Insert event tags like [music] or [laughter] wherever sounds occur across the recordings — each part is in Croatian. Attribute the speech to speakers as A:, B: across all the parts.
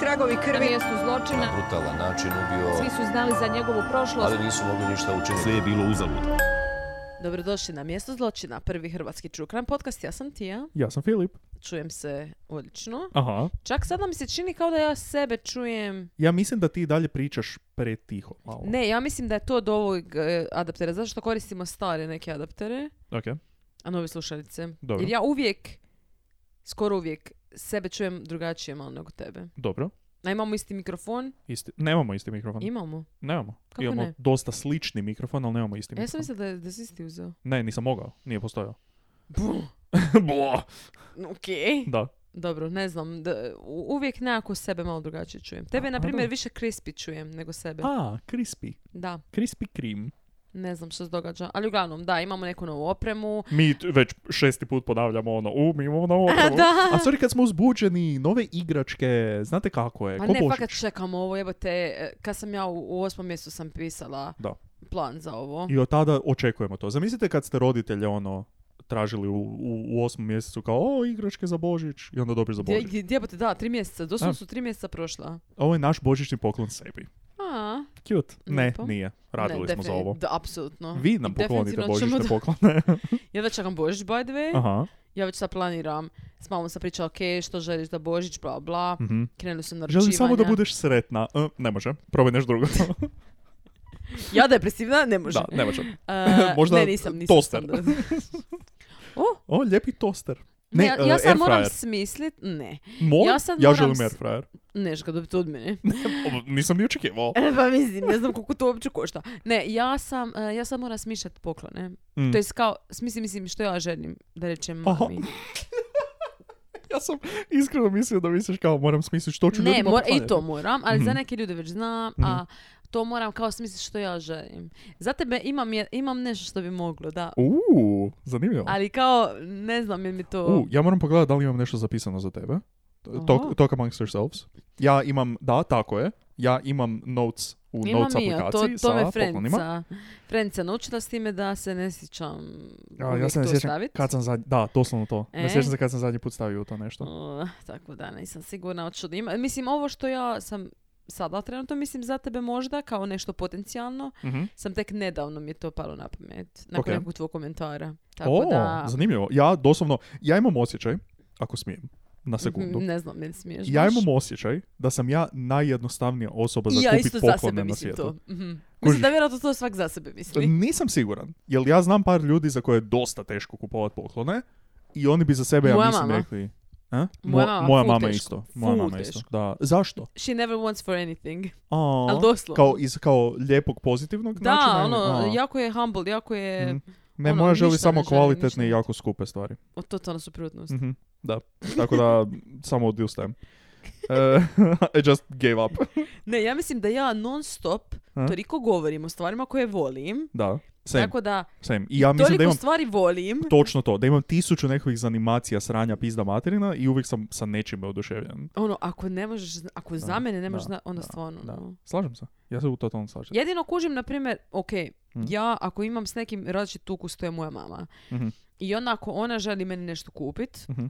A: tragovi
B: Na
A: krvi.
B: mjestu zločina
C: brutalan način ubio,
B: svi su znali za njegovu prošlost.
C: ali nisu mogli ništa učiniti.
D: Sve je bilo uzalud.
E: Dobrodošli na mjesto zločina, prvi hrvatski true podcast, ja sam Tija,
D: Ja sam Filip.
E: čujem se odlično.
D: Aha.
E: Čak sada mi se čini kao da ja sebe čujem...
D: Ja mislim da ti dalje pričaš pretiho malo.
E: Ne, ja mislim da je to od ovog e, adaptera, zato što koristimo stare neke adaptere,
D: Ok.
E: a nove slušalice.
D: Dobro.
E: Jer ja uvijek, skoro uvijek, sebe čujem drugačije malo nego tebe.
D: Dobro.
E: A imamo isti mikrofon?
D: Isti. Nemamo isti mikrofon.
E: Imamo.
D: Nemamo.
E: Kako
D: Imamo
E: ne?
D: dosta slični mikrofon, ali nemamo
E: Ja
D: isti
E: sam
D: mikrofon.
E: mislila da, je- da si isti uzeo.
D: Ne, nisam mogao.
E: [laughs]
D: Nije postojao.
E: Buh.
D: Blo.
E: Ok.
D: Da.
E: Dobro, ne znam, da, u- uvijek nekako sebe malo drugačije čujem. Tebe,
D: A,
E: na
D: a,
E: primjer,
D: dobro.
E: više crispy čujem nego sebe.
D: A, crispy.
E: Da,
D: Crispy cream.
E: ne znam što se događa. Ali uglavnom, da, imamo neku novu opremu.
D: Mi t- već šesti put ponavljamo ono, u, mi imamo novu opremu.
E: da.
D: A sorry kad smo uzbuđeni, nove igračke, znate kako je,
E: Ma
D: E, ko
E: ne,
D: Božić.
E: fakat čekam ovo, jebote, e, kad sam ja u, u osmom mjestu sam pisala
D: Da.
E: plan za ovo.
D: I od tada očekujemo to. Zamislite kad ste roditelje ono tražili u, u, u osmom mjesecu kao o, igračke za Božić i onda dobiješ za
E: Gdje-
D: Božić.
E: gdje- Jebote, da, tri mjeseca, doslovno
D: Da.
E: su tri mjeseca prošla.
D: Ovo je naš božićni poklon sebi.
E: A,
D: Cute. Ne,
E: Lijepo.
D: nije. Radili
E: ne,
D: smo za
E: defini-
D: ovo.
E: Da, apsolutno.
D: Vi nam
E: I
D: poklonite
E: definitivno ćemo
D: božićne
E: da- [laughs]
D: poklone.
E: Ja da čekam Božić, by the way.
D: Aha.
E: Ja već sad planiram. S mamom sam pričala, ok, što želiš da Božić, bla, bla.
D: Mhm.
E: Krenuli sam na
D: Želim samo da budeš sretna. E, ne može. Probaj nešto drugo.
E: Ja depresivna? Ne može.
D: [laughs] da, ne može.
E: E,
D: [laughs] Možda
E: ne, nisam, nisam
D: toster.
E: sam
D: [laughs]
E: da- [laughs] o,
D: O, lijepi toster.
E: ne,
D: Ne,
E: ja,
D: e,
E: ja sad
D: air
E: moram
D: fryer.
E: smislit, ne.
D: Molim?
E: ja sad
D: ja
E: moram s-
D: želim air fryer.
E: Neš ga dobiti od mene.
D: Ovo Nisam ni očekivao.
E: E, pa mislim, ne znam koliko to uopće košta. Ne, ja sam, e, ja sad moram smišljati poklone.
D: Mm.
E: To jest kao, mislim, mislim, što ja želim da rečem
D: Aha.
E: mami.
D: Ja sam iskreno mislio da misliš kao moram smisliti što ću
E: Ne,
D: ljudima
E: mora, i
D: poklanjati.
E: to moram, ali za
D: Mhm.
E: neke ljude već znam, a to moram kao smisliti što ja želim. Za tebe imam, je- imam nešto što bi moglo, da.
D: Uuu, zanimljivo.
E: Ali kao, ne znam je mi to...
D: U, ja moram pogledati da li imam nešto zapisano za tebe. Talk,
E: Aha.
D: talk amongst yourselves. Ja imam, da, tako je. Ja imam notes u
E: Imam
D: notes
E: i ja, to,
D: aplikaciji
E: to me
D: sa poklonima.
E: Frenca, Frenca naučila s time da se ne sjećam
D: A, ja
E: uvijek
D: se ne
E: to
D: sjećam
E: stavit.
D: kad sam zadnji, da, doslovno to.
E: E?
D: Ne sjećam se kad sam zadnji put stavio u to nešto.
E: O, Oh, tako da, nisam sigurna hoću da ima. Mislim, ovo što ja sam sada trenutno mislim za tebe možda kao nešto potencijalno,
D: Mhm.
E: sam tek nedavno mi je to palo na pamet. Nakon
D: Ok.
E: nekog tvog komentara. Tako
D: O,
E: da, mhm,
D: zanimljivo. Ja doslovno, ja imam osjećaj, ako smijem, na sekundu.
E: m, Mhm, ne znam, ne smiješ.
D: Ja
E: baš.
D: imam osjećaj da sam ja najjednostavnija osoba za
E: I ja
D: kupit
E: isto za
D: poklone
E: sebe
D: na
E: mislim
D: svijetu.
E: to. Mhm. Mislim
D: Kužiš?
E: da vjerojatno to svak za sebe misli.
D: Nisam siguran, jer ja znam par ljudi za koje je dosta teško kupovati poklone i oni bi za sebe,
E: Moja
D: ja mislim,
E: mama.
D: rekli... A?
E: Moja
D: Mo-
E: mama,
D: moja
E: full
D: mama
E: teško.
D: isto. Moja
E: Full
D: mama isto.
E: teško.
D: Da. Zašto?
E: She never wants for anything.
D: A,
E: Ali doslovno.
D: kao, iz, kao lijepog pozitivnog
E: Da,
D: načina? ili-
E: ono,
D: A.
E: jako je humble, jako je...
D: Mm. ne,
E: ono,
D: moja želi
E: ništa
D: samo
E: ne želi, ništa
D: kvalitetne
E: ne-
D: i jako skupe stvari.
E: O, totalna suprotnost.
D: Mhm, Da.
E: [laughs]
D: Tako da, samo odustajem. E, [laughs] I just gave up.
E: Ne, ja mislim da ja non stop
D: A?
E: toliko govorim o stvarima koje volim.
D: Da. Same,
E: Tako da,
D: same. I ja mislim
E: toliko
D: da imam
E: stvari volim.
D: točno to, da imam tisuću nekakvih zanimacija sranja pizda materina i uvijek sam sa nečime oduševljen.
E: Ono, ako ne možeš, zna- ako za
D: Da,
E: mene ne možeš,
D: da,
E: zna- onda
D: da,
E: stvarno.
D: da.
E: ono.
D: Slažem se. Ja se u totalno slažem.
E: Jedino kužim, na primjer, ok,
D: Mm.
E: ja ako imam s nekim različit ukus, to je moja mama.
D: Mhm.
E: I onda ako ona želi meni nešto kupit,
D: Mhm.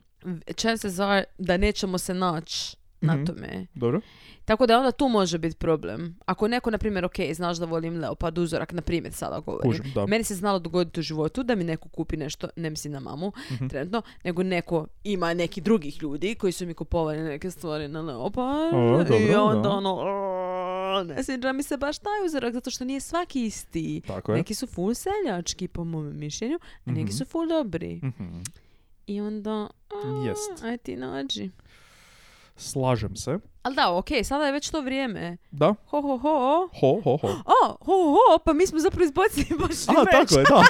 E: čance za da nećemo se naći na
D: Mhm.
E: tome.
D: Dobro?
E: Tako da onda tu može biti problem. Ako neko, na primjer, ok, znaš da volim leopard uzorak, na primjer sada govorim.
D: Kužim, da.
E: Meni se znalo dogoditi u životu da mi neko kupi nešto, ne mislim na mamu
D: Mhm.
E: trenutno, nego neko ima neki drugih ljudi koji su mi kupovali neke stvari na Leopard
D: O,
E: i
D: dobro,
E: onda
D: da.
E: ono, "O, ne sviđa mi se baš taj uzorak zato što nije svaki isti.
D: Tako je.
E: Neki su full seljački po mom mišljenju, a neki
D: Mhm.
E: su full dobri.
D: Mhm.
E: I onda, "A,
D: Jest.
E: aj ti nađi.
D: Slažem se.
E: Ali da, ok, sada je već to vrijeme.
D: Da.
E: Ho, ho, ho.
D: Ho, ho,
E: [gasps]
D: ho.
E: O, ho, ho, pa mi smo zapravo izbacili [laughs] baš
D: A, tako je, da.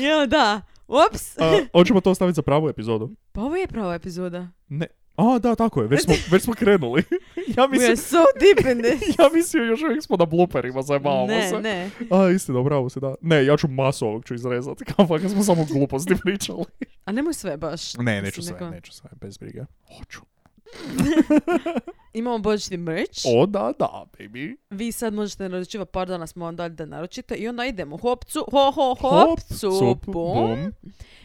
E: Jo, da. Ups.
D: A, hoćemo to staviti za pravu epizodu.
E: Pa ovo je prava epizoda.
D: Ne. A, da, tako je. Već
E: [laughs]
D: smo, već smo krenuli. ja
E: We
D: mislim...
E: are so deep in
D: [laughs]
E: this.
D: Ja mislio još uvijek smo na blooperima, zajebavamo
E: ne,
D: se.
E: ne.
D: A, istina, bravo se, da. Ne, ja ću masu ovog ću izrezati, kao fakat smo samo
E: [laughs]
D: gluposti pričali.
E: A nemoj sve baš.
D: Ne,
E: neću sve, Neko-
D: neću sve, bez brige. Hoću.
E: Imamo božićni merch.
D: O, da, da, baby.
E: Vi sad možete naručivati, par dana smo vam dali da naručite i onda idemo hopcu, ho, ho,
D: Hop,
E: hopcu,
D: sup,
E: bum.
D: bum.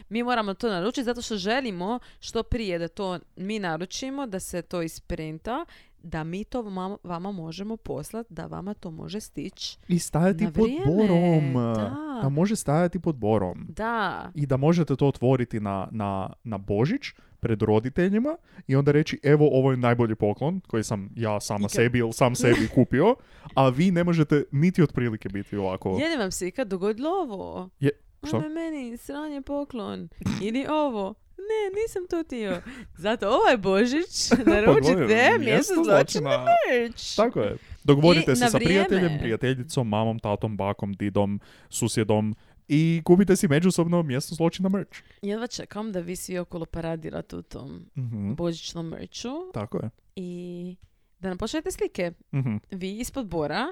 E: Mi moramo to naručiti zato što želimo što prije da to mi naručimo, da se to isprinta, da mi to vama, vama možemo poslati, da vama to može stići.
D: I stajati
E: Na
D: pod
E: vrijeme,
D: borom.
E: da.
D: da može stajati pod borom.
E: Da,
D: i da možete to otvoriti na, na, na Božić pred roditeljima i onda reći evo ovo je najbolji poklon koji sam ja sama sebi ili sam
E: [laughs]
D: sebi kupio, a vi ne možete niti otprilike biti ovako. [laughs]
E: je li vam se ikad dogodilo ovo?
D: Je, što?
E: Ono je meni sranje poklon. Ili ovo. Ne, nisam to htio. Zato ovaj
D: [laughs]
E: Božić
D: Pa
E: naručite mjesec zločina već.
D: Tako je. Dogovorite
E: I
D: se
E: na
D: sa prijateljem,
E: vrijeme.
D: prijateljicom, mamom, tatom, bakom, didom, susjedom i kupite si međusobno mjesto zločina merch.
E: Jedva čekam da vi svi okolo paradirate u tom
D: Mhm,
E: božićnom merču
D: Tako je.
E: i da nam pošaljete slike.
D: Mhm.
E: Vi ispod bora.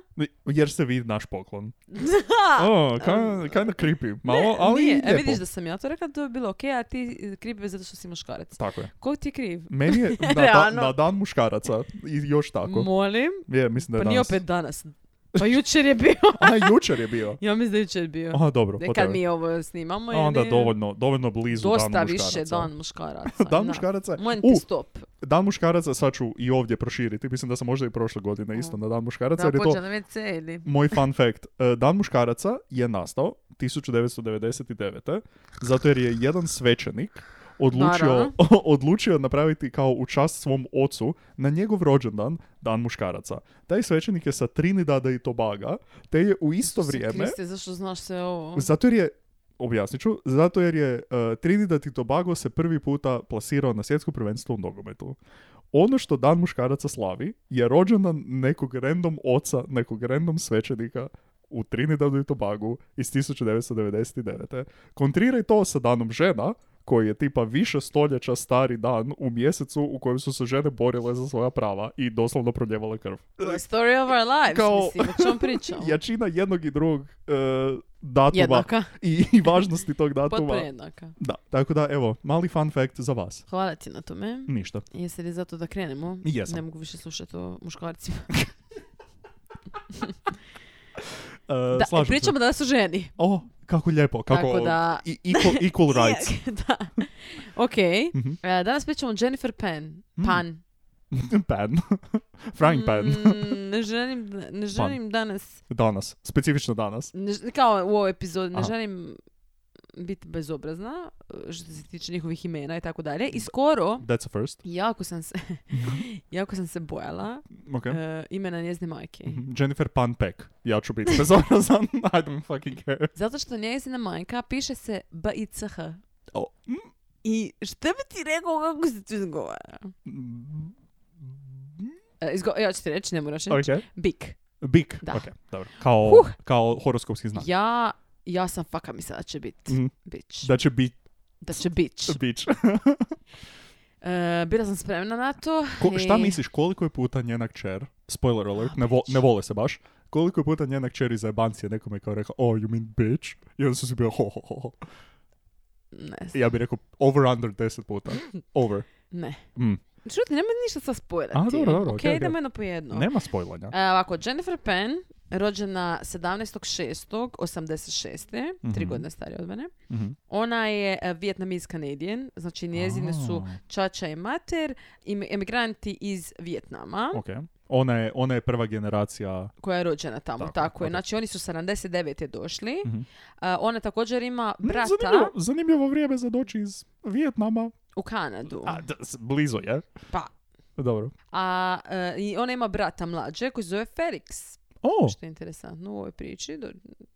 D: Jer se vidi
E: [laughs]
D: naš poklon. oh, kind, of creepy. Malo, ali
E: Nije,
D: i
E: e,
D: lijepo.
E: vidiš da sam ja to rekla, to je bilo okej, a ti kriv je zato što si muškarac.
D: Tako je.
E: Ko ti je kriv?
D: [laughs] Meni je na, da,
E: Realno.
D: na dan muškaraca i još tako.
E: Molim?
D: Je, mislim da
E: Pa
D: je
E: nije
D: danas.
E: opet danas. Pa jučer je
D: [laughs]
E: bio.
D: A, jučer je bio.
E: ja mislim da je jučer bio.
D: Aha, dobro.
E: E,
D: po
E: Kad
D: tebi.
E: mi ovo snimamo.
D: A onda
E: ili-
D: dovoljno, dovoljno blizu
E: Dosta
D: dan
E: više
D: muškaraca.
E: dan muškaraca.
D: [laughs] Dan
E: da.
D: muškaraca.
E: Moment
D: U,
E: stop.
D: dan muškaraca sad ću i ovdje proširiti. Mislim da sam možda i prošle godine isto na dan muškaraca.
E: Da,
D: jer je to
E: počela me celi.
D: moj fun fact. E, Dan muškaraca je nastao 1999. Zato jer je jedan svećenik odlučio,
E: Naravno.
D: [laughs] odlučio napraviti kao u čast svom ocu na njegov rođendan Dan muškaraca. Taj svećenik je sa Trinidada i Tobaga, te je u isto
E: Isuse
D: vrijeme...
E: Kriste, zašto znaš sve
D: [laughs]
E: ovo?
D: Zato jer je, objasnit ću, zato jer je uh, Trinidad i Tobago se prvi puta plasirao na svjetsko prvenstvo u nogometu. Ono što Dan muškaraca slavi je rođendan nekog random oca, nekog random svećenika u Trinidadu i Tobagu iz 1999. Kontriraj to sa danom žena, koji je tipa više stoljeća stari dan u mjesecu u kojem su se žene borile za svoja prava i doslovno proljevale krv.
E: Story of our lives,
D: Kao-
E: mislim, o čom
D: [laughs]
E: pričamo?
D: Jačina jednog i drugog e, datuma
E: Jednaka,
D: i, i važnosti tog datuma.
E: potpuno jednaka.
D: Da, tako da evo, mali fun fact za vas.
E: Hvala ti na tome.
D: Ništa.
E: Jeste li zato da krenemo?
D: Mm. Jesam.
E: Ne mogu više slušati o muškarcima.
D: E,
E: Da,
D: slažem se.
E: pričamo danas o ženi.
D: O, kako lijepo, kako...
E: Tako
D: [laughs]
E: da-
D: I, equal,
E: [laughs]
D: equal rights. [laughs]
E: da. Ok.
D: Mhm. Mm.
E: E, danas pričamo o Jennifer Penn. Pan.
D: pan. Frying pan.
E: Mm, ne želim, ne želim danas,
D: Danas. Specifično danas.
E: ne ž- kao u ovoj epizodi, ne
D: Aha.
E: želim biti bezobrazna e, što se tiče njihovih imena i tako dalje. I skoro,
D: That's a first.
E: jako sam se,
D: Mhm.
E: [laughs] jako sam se bojala
D: Ok.
E: e, imena njezine majke.
D: Mhm, Jennifer Pan Peck. Ja ću biti bezobrazan. [laughs] I don't fucking care.
E: Zato što njezina majka piše se B-I-C-H.
D: O. mm,
E: I šta bi ti rekao kako se to izgovara?
D: mm,
E: E, izgo- ja ću ti reći, ne moraš reći.
D: Ok.
E: Bik.
D: Bik.
E: Da.
D: Ok, dobro. Kao,
E: Huh.
D: kao horoskopski znak.
E: Ja, ja sam faka mislila da će bit
D: Mhm.
E: bitch. Da,
D: Da će biti
E: će bitch.
D: bitch.
E: E, bila sam spremna na to.
D: Ko, šta
E: i-
D: misliš, koliko je puta njena kćer, spoiler alert, ne, vo- ne vole se baš, koliko je puta njena kćer iz Ebancije nekome kao rekao, oh, you mean bitch? I onda su si bio, ho, ho, ho, ho.
E: Ne,
D: I Ja bih rekao, over, under, 10 puta.
E: [laughs]
D: Over.
E: ne.
D: Mm.
E: Čuti, nemoj ništa sad spojati.
D: A, dobro, dobro,
E: Ok,
D: okej, okej.
E: idemo jedno po jedno.
D: Nema spojlanja.
E: E, ovako, Jennifer Penn, rođena 17.6.86. Tri
D: Mhm.
E: godine starija od mene.
D: Mhm.
E: Ona je e, Vietnamese Canadian, znači njezine su
D: A.
E: čača i mater, im- emigranti iz Vijetnama,
D: Ok. Ona je, ona je prva generacija,
E: koja je rođena tamo,
D: Tako,
E: tako,
D: tako.
E: je. Znači oni su 79. došli.
D: Mhm.
E: A, ona također ima
D: Mm,
E: brata
D: zanimljivo, zanimljivo vrijeme za doći iz Vijetnama.
E: u Kanadu.
D: A, da, s- blizu je.
E: Pa.
D: Dobro.
E: A, e, i ona ima brata mlađe koji se zove Felix.
D: O,
E: Što je interesantno u ovoj priči. Do,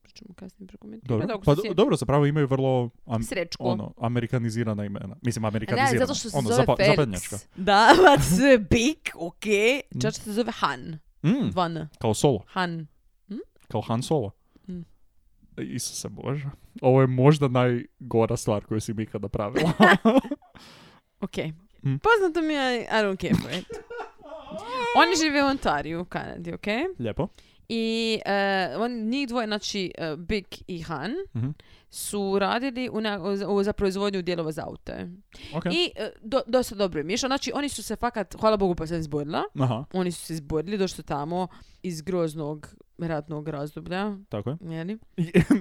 E: to ćemo kasnije prokomentirati.
D: dobro.
E: Ako se
D: Pa, do-
E: sjetim.
D: dobro, zapravo imaju vrlo am-
E: Srećko.
D: ono, amerikanizirana imena. Mislim,
E: A ne,
D: amerikanizirana.
E: ali zato što se
D: ono,
E: zove
D: zapa- zapadnjačka.
E: Felix. Da, pa se zove Big, ok. Čača se zove Han.
D: Mm,
E: Dva N.
D: kao solo.
E: Han.
D: kao Han Solo. E,
E: Mm.
D: Isuse Bože. Ovo je možda najgora stvar koju si mi ikada
E: [laughs]
D: pravila.
E: Ok.
D: Mm.
E: Poznato
D: [laughs]
E: mi je, I don't care for it. Oni žive u Ontariju, u Kanadi, ok?
D: Lijepo.
E: I e, on, njih dvoje, znači e, Big i Han,
D: Mhm.
E: su radili u na- u- u- za proizvodnju dijelova za aute.
D: Ok.
E: I e, do, dosta dobro im je išlo. Znači, oni su se fakat, hvala Bogu, pa se izborila.
D: Aha,
E: Oni su se izborili, došli su tamo iz groznog ratnog razdoblja. [laughs]
D: tako je. [clears throat]
E: Jeli?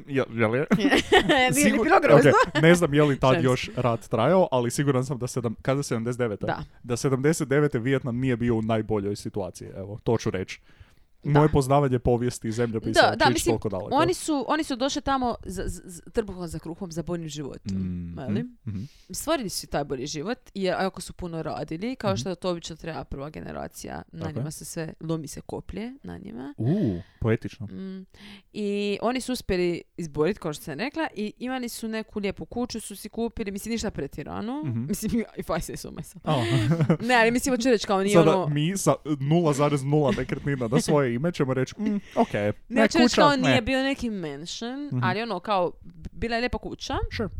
D: ja, jel [laughs] je?
E: Nije ni
D: Sigur-
E: bilo grozno.
D: Ok, Ne znam je li tad
E: Šalim se.
D: još rat trajao, ali siguran sam da sedam, kada 79.
E: Da.
D: da 79. Vijetnam nije bio u najboljoj situaciji, evo, to ću reći.
E: Da.
D: Moje poznavanje povijesti i zemljopisa
E: Da,
D: da,
E: da, mislim,
D: toliko daleko.
E: Oni su, oni su došli tamo za, z- z- trbuhom za kruhom za boljim životom.
D: Mhm,
E: jeli?
D: mhm.
E: Stvorili su taj bolji život, jer ako su puno radili, kao
D: Mhm.
E: što to obično treba prva generacija, na
D: Tako je.
E: njima se sve lomi se koplje, na njima.
D: U,
E: [laughs]
D: poetično.
E: Mm. I oni su uspjeli izboriti, kao što sam rekla, i imali su neku lijepu kuću, su si kupili, mislim, ništa pretjerano.
D: Mhm.
E: Mislim, [laughs] i fajse su
D: [laughs]
E: mesa.
D: A,
E: Ne, ali mislim, hoću reći kao nije
D: Sada
E: ono...
D: mi sa 0,0 nekretnina na svoje ime ćemo reći, mm, ok,
E: Ne,
D: ne,
E: hoću reći
D: kuća,
E: kao
D: ne. Mhm.
E: nije bio neki mansion, ali ono, kao, bila je lijepa kuća.
D: Sure. Mhm.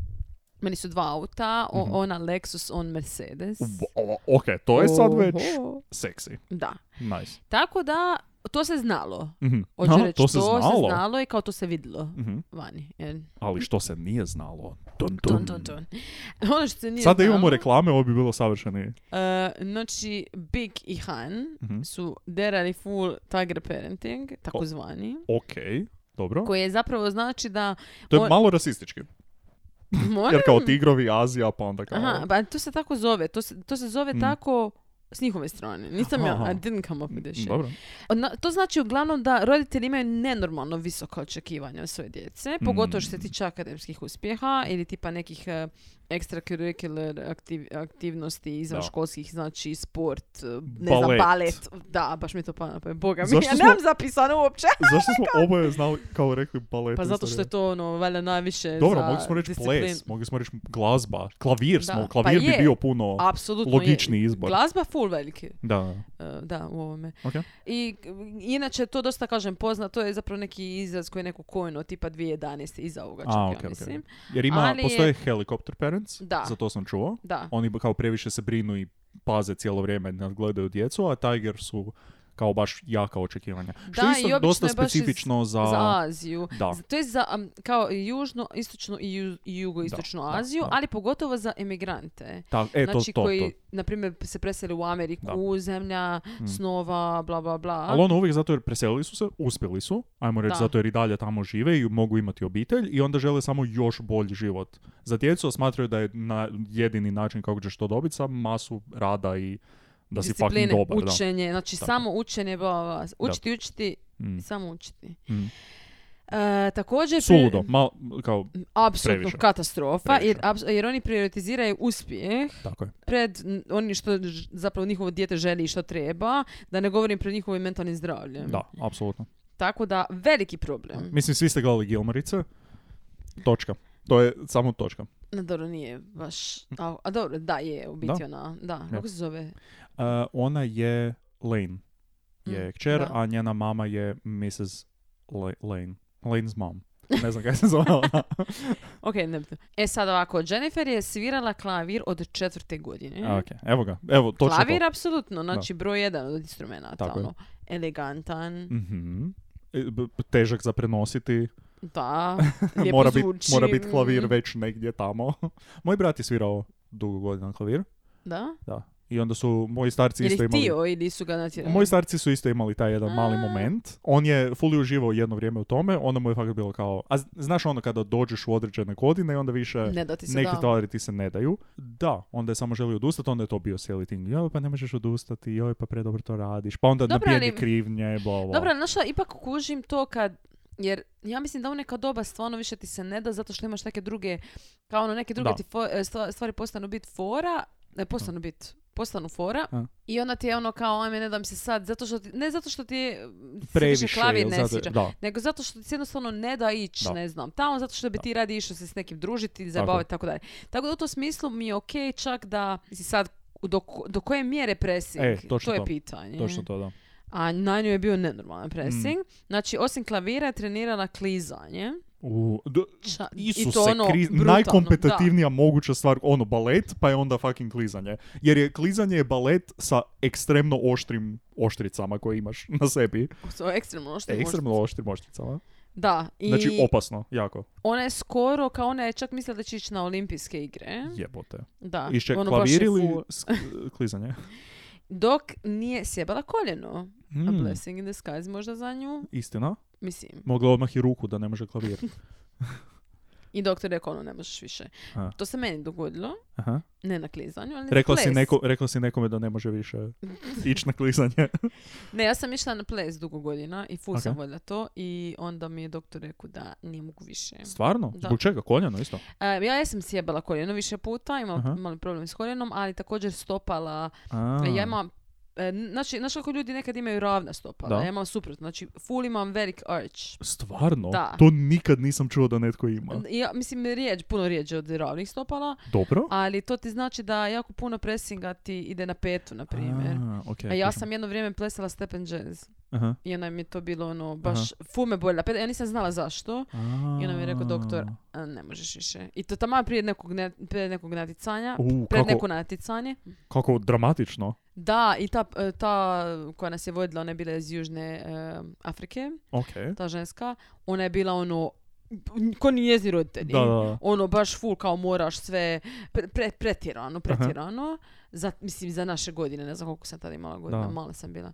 E: Meni su dva auta, o- ona Lexus, on Mercedes.
D: Ovo, ok, to je sad već
E: Oho.
D: seksi.
E: Da.
D: Nice.
E: Tako da, to se znalo.
D: Mhm.
E: Hoću
D: Aha,
E: reći,
D: to se znalo.
E: i kao to se vidjelo
D: Mhm.
E: vani. jel?
D: Ali što se nije znalo? Dun,
E: Tun,
D: dun.
E: tun, tun. [laughs] Ono što se nije
D: Sada imamo
E: znalo-
D: reklame, ovo bi bilo savršeni.
E: E, znači, Big i Han
D: Mhm.
E: su derali full tiger parenting, takozvani,
D: Ok, dobro.
E: koje je zapravo znači da... [laughs]
D: To je
E: on-
D: malo rasistički.
E: Moram?
D: Jer kao tigrovi, Azija, pa onda kao... Mm.
E: Aha, pa to se tako zove, to se, to se zove tako s njihove strane. Nisam
D: Aha. Mm,
E: ja, I didn't come up with this shit.
D: Dobro.
E: Ona- to znači uglavnom da roditelji imaju nenormalno visoka očekivanja od svoje djece,
D: Mm.
E: pogotovo što se tiče akademskih uspjeha ili tipa nekih uh, extracurricular aktiv- aktivnosti izvanškolskih, znači sport, eh, ne
D: Balet.
E: znam, balet. Da, baš mi to pa napaje. Boga mi,
D: Zašto
E: ja
D: smo-
E: nemam zapisano uopće.
D: Zašto smo oboje znali, kao rekli, balet?
E: Pa zato što je to ono, valjda najviše
D: Dobro,
E: za
D: mogli smo reći
E: disciplin-
D: ples, mogli smo reći glazba, klavir
E: Da,
D: smo,
E: pa
D: klavir bi
E: je.
D: bio puno...
E: Apsolutno
D: Logični
E: je.
D: izbor.
E: Glazba full velike.
D: Da,
E: E, da, u ovome.
D: ok.
E: I k- inače to dosta kažem poznato je zapravo neki izraz koji je neko kojno tipa 2011 iza ovoga čak
D: A,
E: ja
D: ok, ok.
E: mislim.
D: Jer ima,
E: Ali je-
D: postoje helicopter parents,
E: Da.
D: za to sam čuo.
E: Da.
D: Oni b- kao previše se brinu i paze cijelo vrijeme, nadgledaju djecu, a Tiger su kao baš jaka očekivanja. Što
E: Da,
D: isto
E: i obično
D: dosta
E: je baš iz-
D: specifično za...
E: Za Aziju.
D: Da.
E: Za- To je za am, kao južno, istočno i ju- i jugoistočnu
D: Da, da,
E: Aziju,
D: da.
E: ali pogotovo za emigrante.
D: Ta, e,
E: znači
D: to, to,
E: koji,
D: to.
E: na primjer, se preseli u Ameriku,
D: Da. Mm.
E: zemlja, snova, bla, bla, bla.
D: Ali ono uvijek zato jer preselili su se, uspjeli su, ajmo reći
E: Da.
D: zato jer i dalje tamo žive i mogu imati obitelj i onda žele samo još bolji život za djecu, a smatraju da je na, jedini način kako ćeš to dobiti sa masu rada i da si fucking
E: Discipline,
D: dobar. da.
E: učenje, znači
D: Tako.
E: samo učenje, bla, bla, bla.
D: Da.
E: Učiti, učiti,
D: Mm.
E: samo učiti.
D: Mm.
E: E, također... pre-
D: Suludo, mal, kao,
E: Mm. Apsolutno
D: Previše.
E: katastrofa,
D: Previše.
E: jer, apso- jer oni prioritiziraju uspjeh
D: tako je.
E: pred n- onim što ž- zapravo njihovo dijete želi i što treba, da ne govorim pred njihovim mentalnim zdravljem.
D: Da, apsolutno.
E: Tako da, veliki problem.
D: Mislim, svi ste gledali Gilmarice. Točka. To je samo točka. Uh,
E: No, dobro, nije baš... A, a dobro, da, je, u biti
D: Da.
E: ona... Da,
D: Da.
E: kako se zove?
D: ona je Lane. Je
E: Mm,
D: kćer,
E: da.
D: a njena mama je Mrs. Le- Lane. Lane's mom. Ne znam kaj se zove ona.
E: Ok, ne bitno. E sad ovako, Jennifer je svirala klavir od četvrte godine.
D: [laughs] Ok, evo ga. Evo, točno
E: Klavir,
D: to.
E: apsolutno, znači broj jedan od instrumenta.
D: Tako je.
E: Ono, elegantan,
D: Mhm. E, b- b- Težak za prenositi. [laughs]
E: da, lijepo
D: mora biti
E: zvuči.
D: mora bit klavir
E: mm,
D: već negdje tamo. [laughs] Moj brat je svirao dugo godina klavir.
E: Da?
D: Da. I onda su moji starci
E: Jer
D: isto
E: je
D: imali...
E: htio ili su ga natjerali?
D: Moji starci su isto imali taj jedan mali
E: A.
D: moment. On je fully uživao jedno vrijeme u tome, onda mu je fakat bilo kao... A z- znaš ono kada dođeš u određene godine i onda više
E: Ne da ti se
D: neke
E: da.
D: stvari ti se ne daju. Da, onda je samo želio odustati, onda je to bio cijeli ting. Joj, pa ne možeš odustati, joj, pa predobro to radiš. Pa onda
E: Dobro,
D: nabijenje
E: ali-
D: krivnje, bla, bla.
E: Dobro, ali znaš šta, ipak kužim to kad... Jer ja mislim da u neka doba stvarno više ti se ne da zato što imaš neke druge, kao ono neke druge
D: Da.
E: ti fo- e, stva- stvari postanu bit fora, ne postanu bit, postanu fora
D: A.
E: i onda ti je ono kao ajme ne dam se sad, zato što ti, ne zato što ti je, se
D: Previše,
E: više klavir
D: jel,
E: ne
D: zato-
E: sviđa,
D: da.
E: nego zato što ti se jednostavno ne da ići,
D: Da.
E: ne znam, tamo zato što bi ti radi išao se s nekim družiti, zabaviti, tako dalje. Tako da u tom smislu mi je okej čak da si sad do, ko- do koje mjere pressing,
D: E, točno
E: to je
D: to.
E: pitanje.
D: Točno to, Mm. da.
E: A na nju je bio nenormalan pressing. Znači, osim klavira je trenirala klizanje.
D: U, d-
E: Ča-
D: Isuse,
E: I to ono,
D: kriz-
E: brutalno,
D: najkompetitivnija moguća stvar, ono, balet, pa je onda fucking klizanje. Jer je klizanje je balet sa ekstremno oštrim oštricama koje imaš [laughs] na sebi.
E: Da, So, ekstremno ono što je
D: E, ekstremno
E: možda-
D: oštrim oštricama.
E: Da, i
D: Znači, opasno, jako.
E: ona je skoro, kao ona je čak mislila da će ići na olimpijske igre.
D: Jebote.
E: Da,
D: Išće
E: Mm. ono baš je
D: klavir ili
E: full.
D: sk- [laughs] klizanje?
E: Dok nije sjebala koljeno. [laughs] A
D: Mm,
E: blessing in disguise možda za nju,
D: istina.
E: mislim.
D: Mogla odmah i ruku da ne
E: [laughs]
D: može klavir.
E: I doktor je rekao, ono, ne možeš više.
D: A.
E: To se meni dogodilo,
D: Aha.
E: ne na klizanju, ali na
D: Rekla, si
E: ples.
D: neko, rekla si nekome da ne može
E: [laughs]
D: više ići na klizanje.
E: Ne, ja sam išla na ples dugo godina i ful sam
D: Ok.
E: voljela to i onda mi je doktor rekao da ne mogu više.
D: Stvarno?
E: Da.
D: Zbog čega? Koljano isto?
E: E, ja jesam sjebala koljeno više puta, imala,
D: Aha.
E: imala problem s koljenom, ali također stopala.
D: A,
E: E, Ja imam e, Znači, znaš kako ljudi nekad imaju ravna stopala,
D: Da.
E: ja imam suprotno, znači full imam velik arch.
D: Stvarno?
E: Da.
D: To nikad nisam čuo da netko ima.
E: I Ja, mislim, riječ, puno rijeđe od ravnih stopala,
D: Dobro?
E: Ali to ti znači da jako puno presinga ti ide na petu, na primjer.
D: A, okej,
E: A ja
D: kužim.
E: sam jedno vrijeme plesala step and jazz.
D: Aha.
E: I onda mi je to bilo ono, baš ful me boljela. Ja nisam znala zašto. I onda mi je rekao doktor,
D: A.
E: "A, ne možeš više. I to tamo prije nekog, ne, prije nekog naticanja.
D: U,
E: Pred
D: kako,
E: neko natjecanje.
D: kako dramatično.
E: Da, i ta, e, ta koja nas je vodila, ona je bila iz Južne e, Afrike,
D: Ok.
E: ta ženska. Ona je bila ono, ko ni njezini roditelji.
D: Da, da, da.
E: ono baš full kao moraš sve pre, pre- pretjerano, pretjerano. Za, mislim za naše godine, ne znam koliko sam tada imala godina,
D: Da.
E: mala sam bila.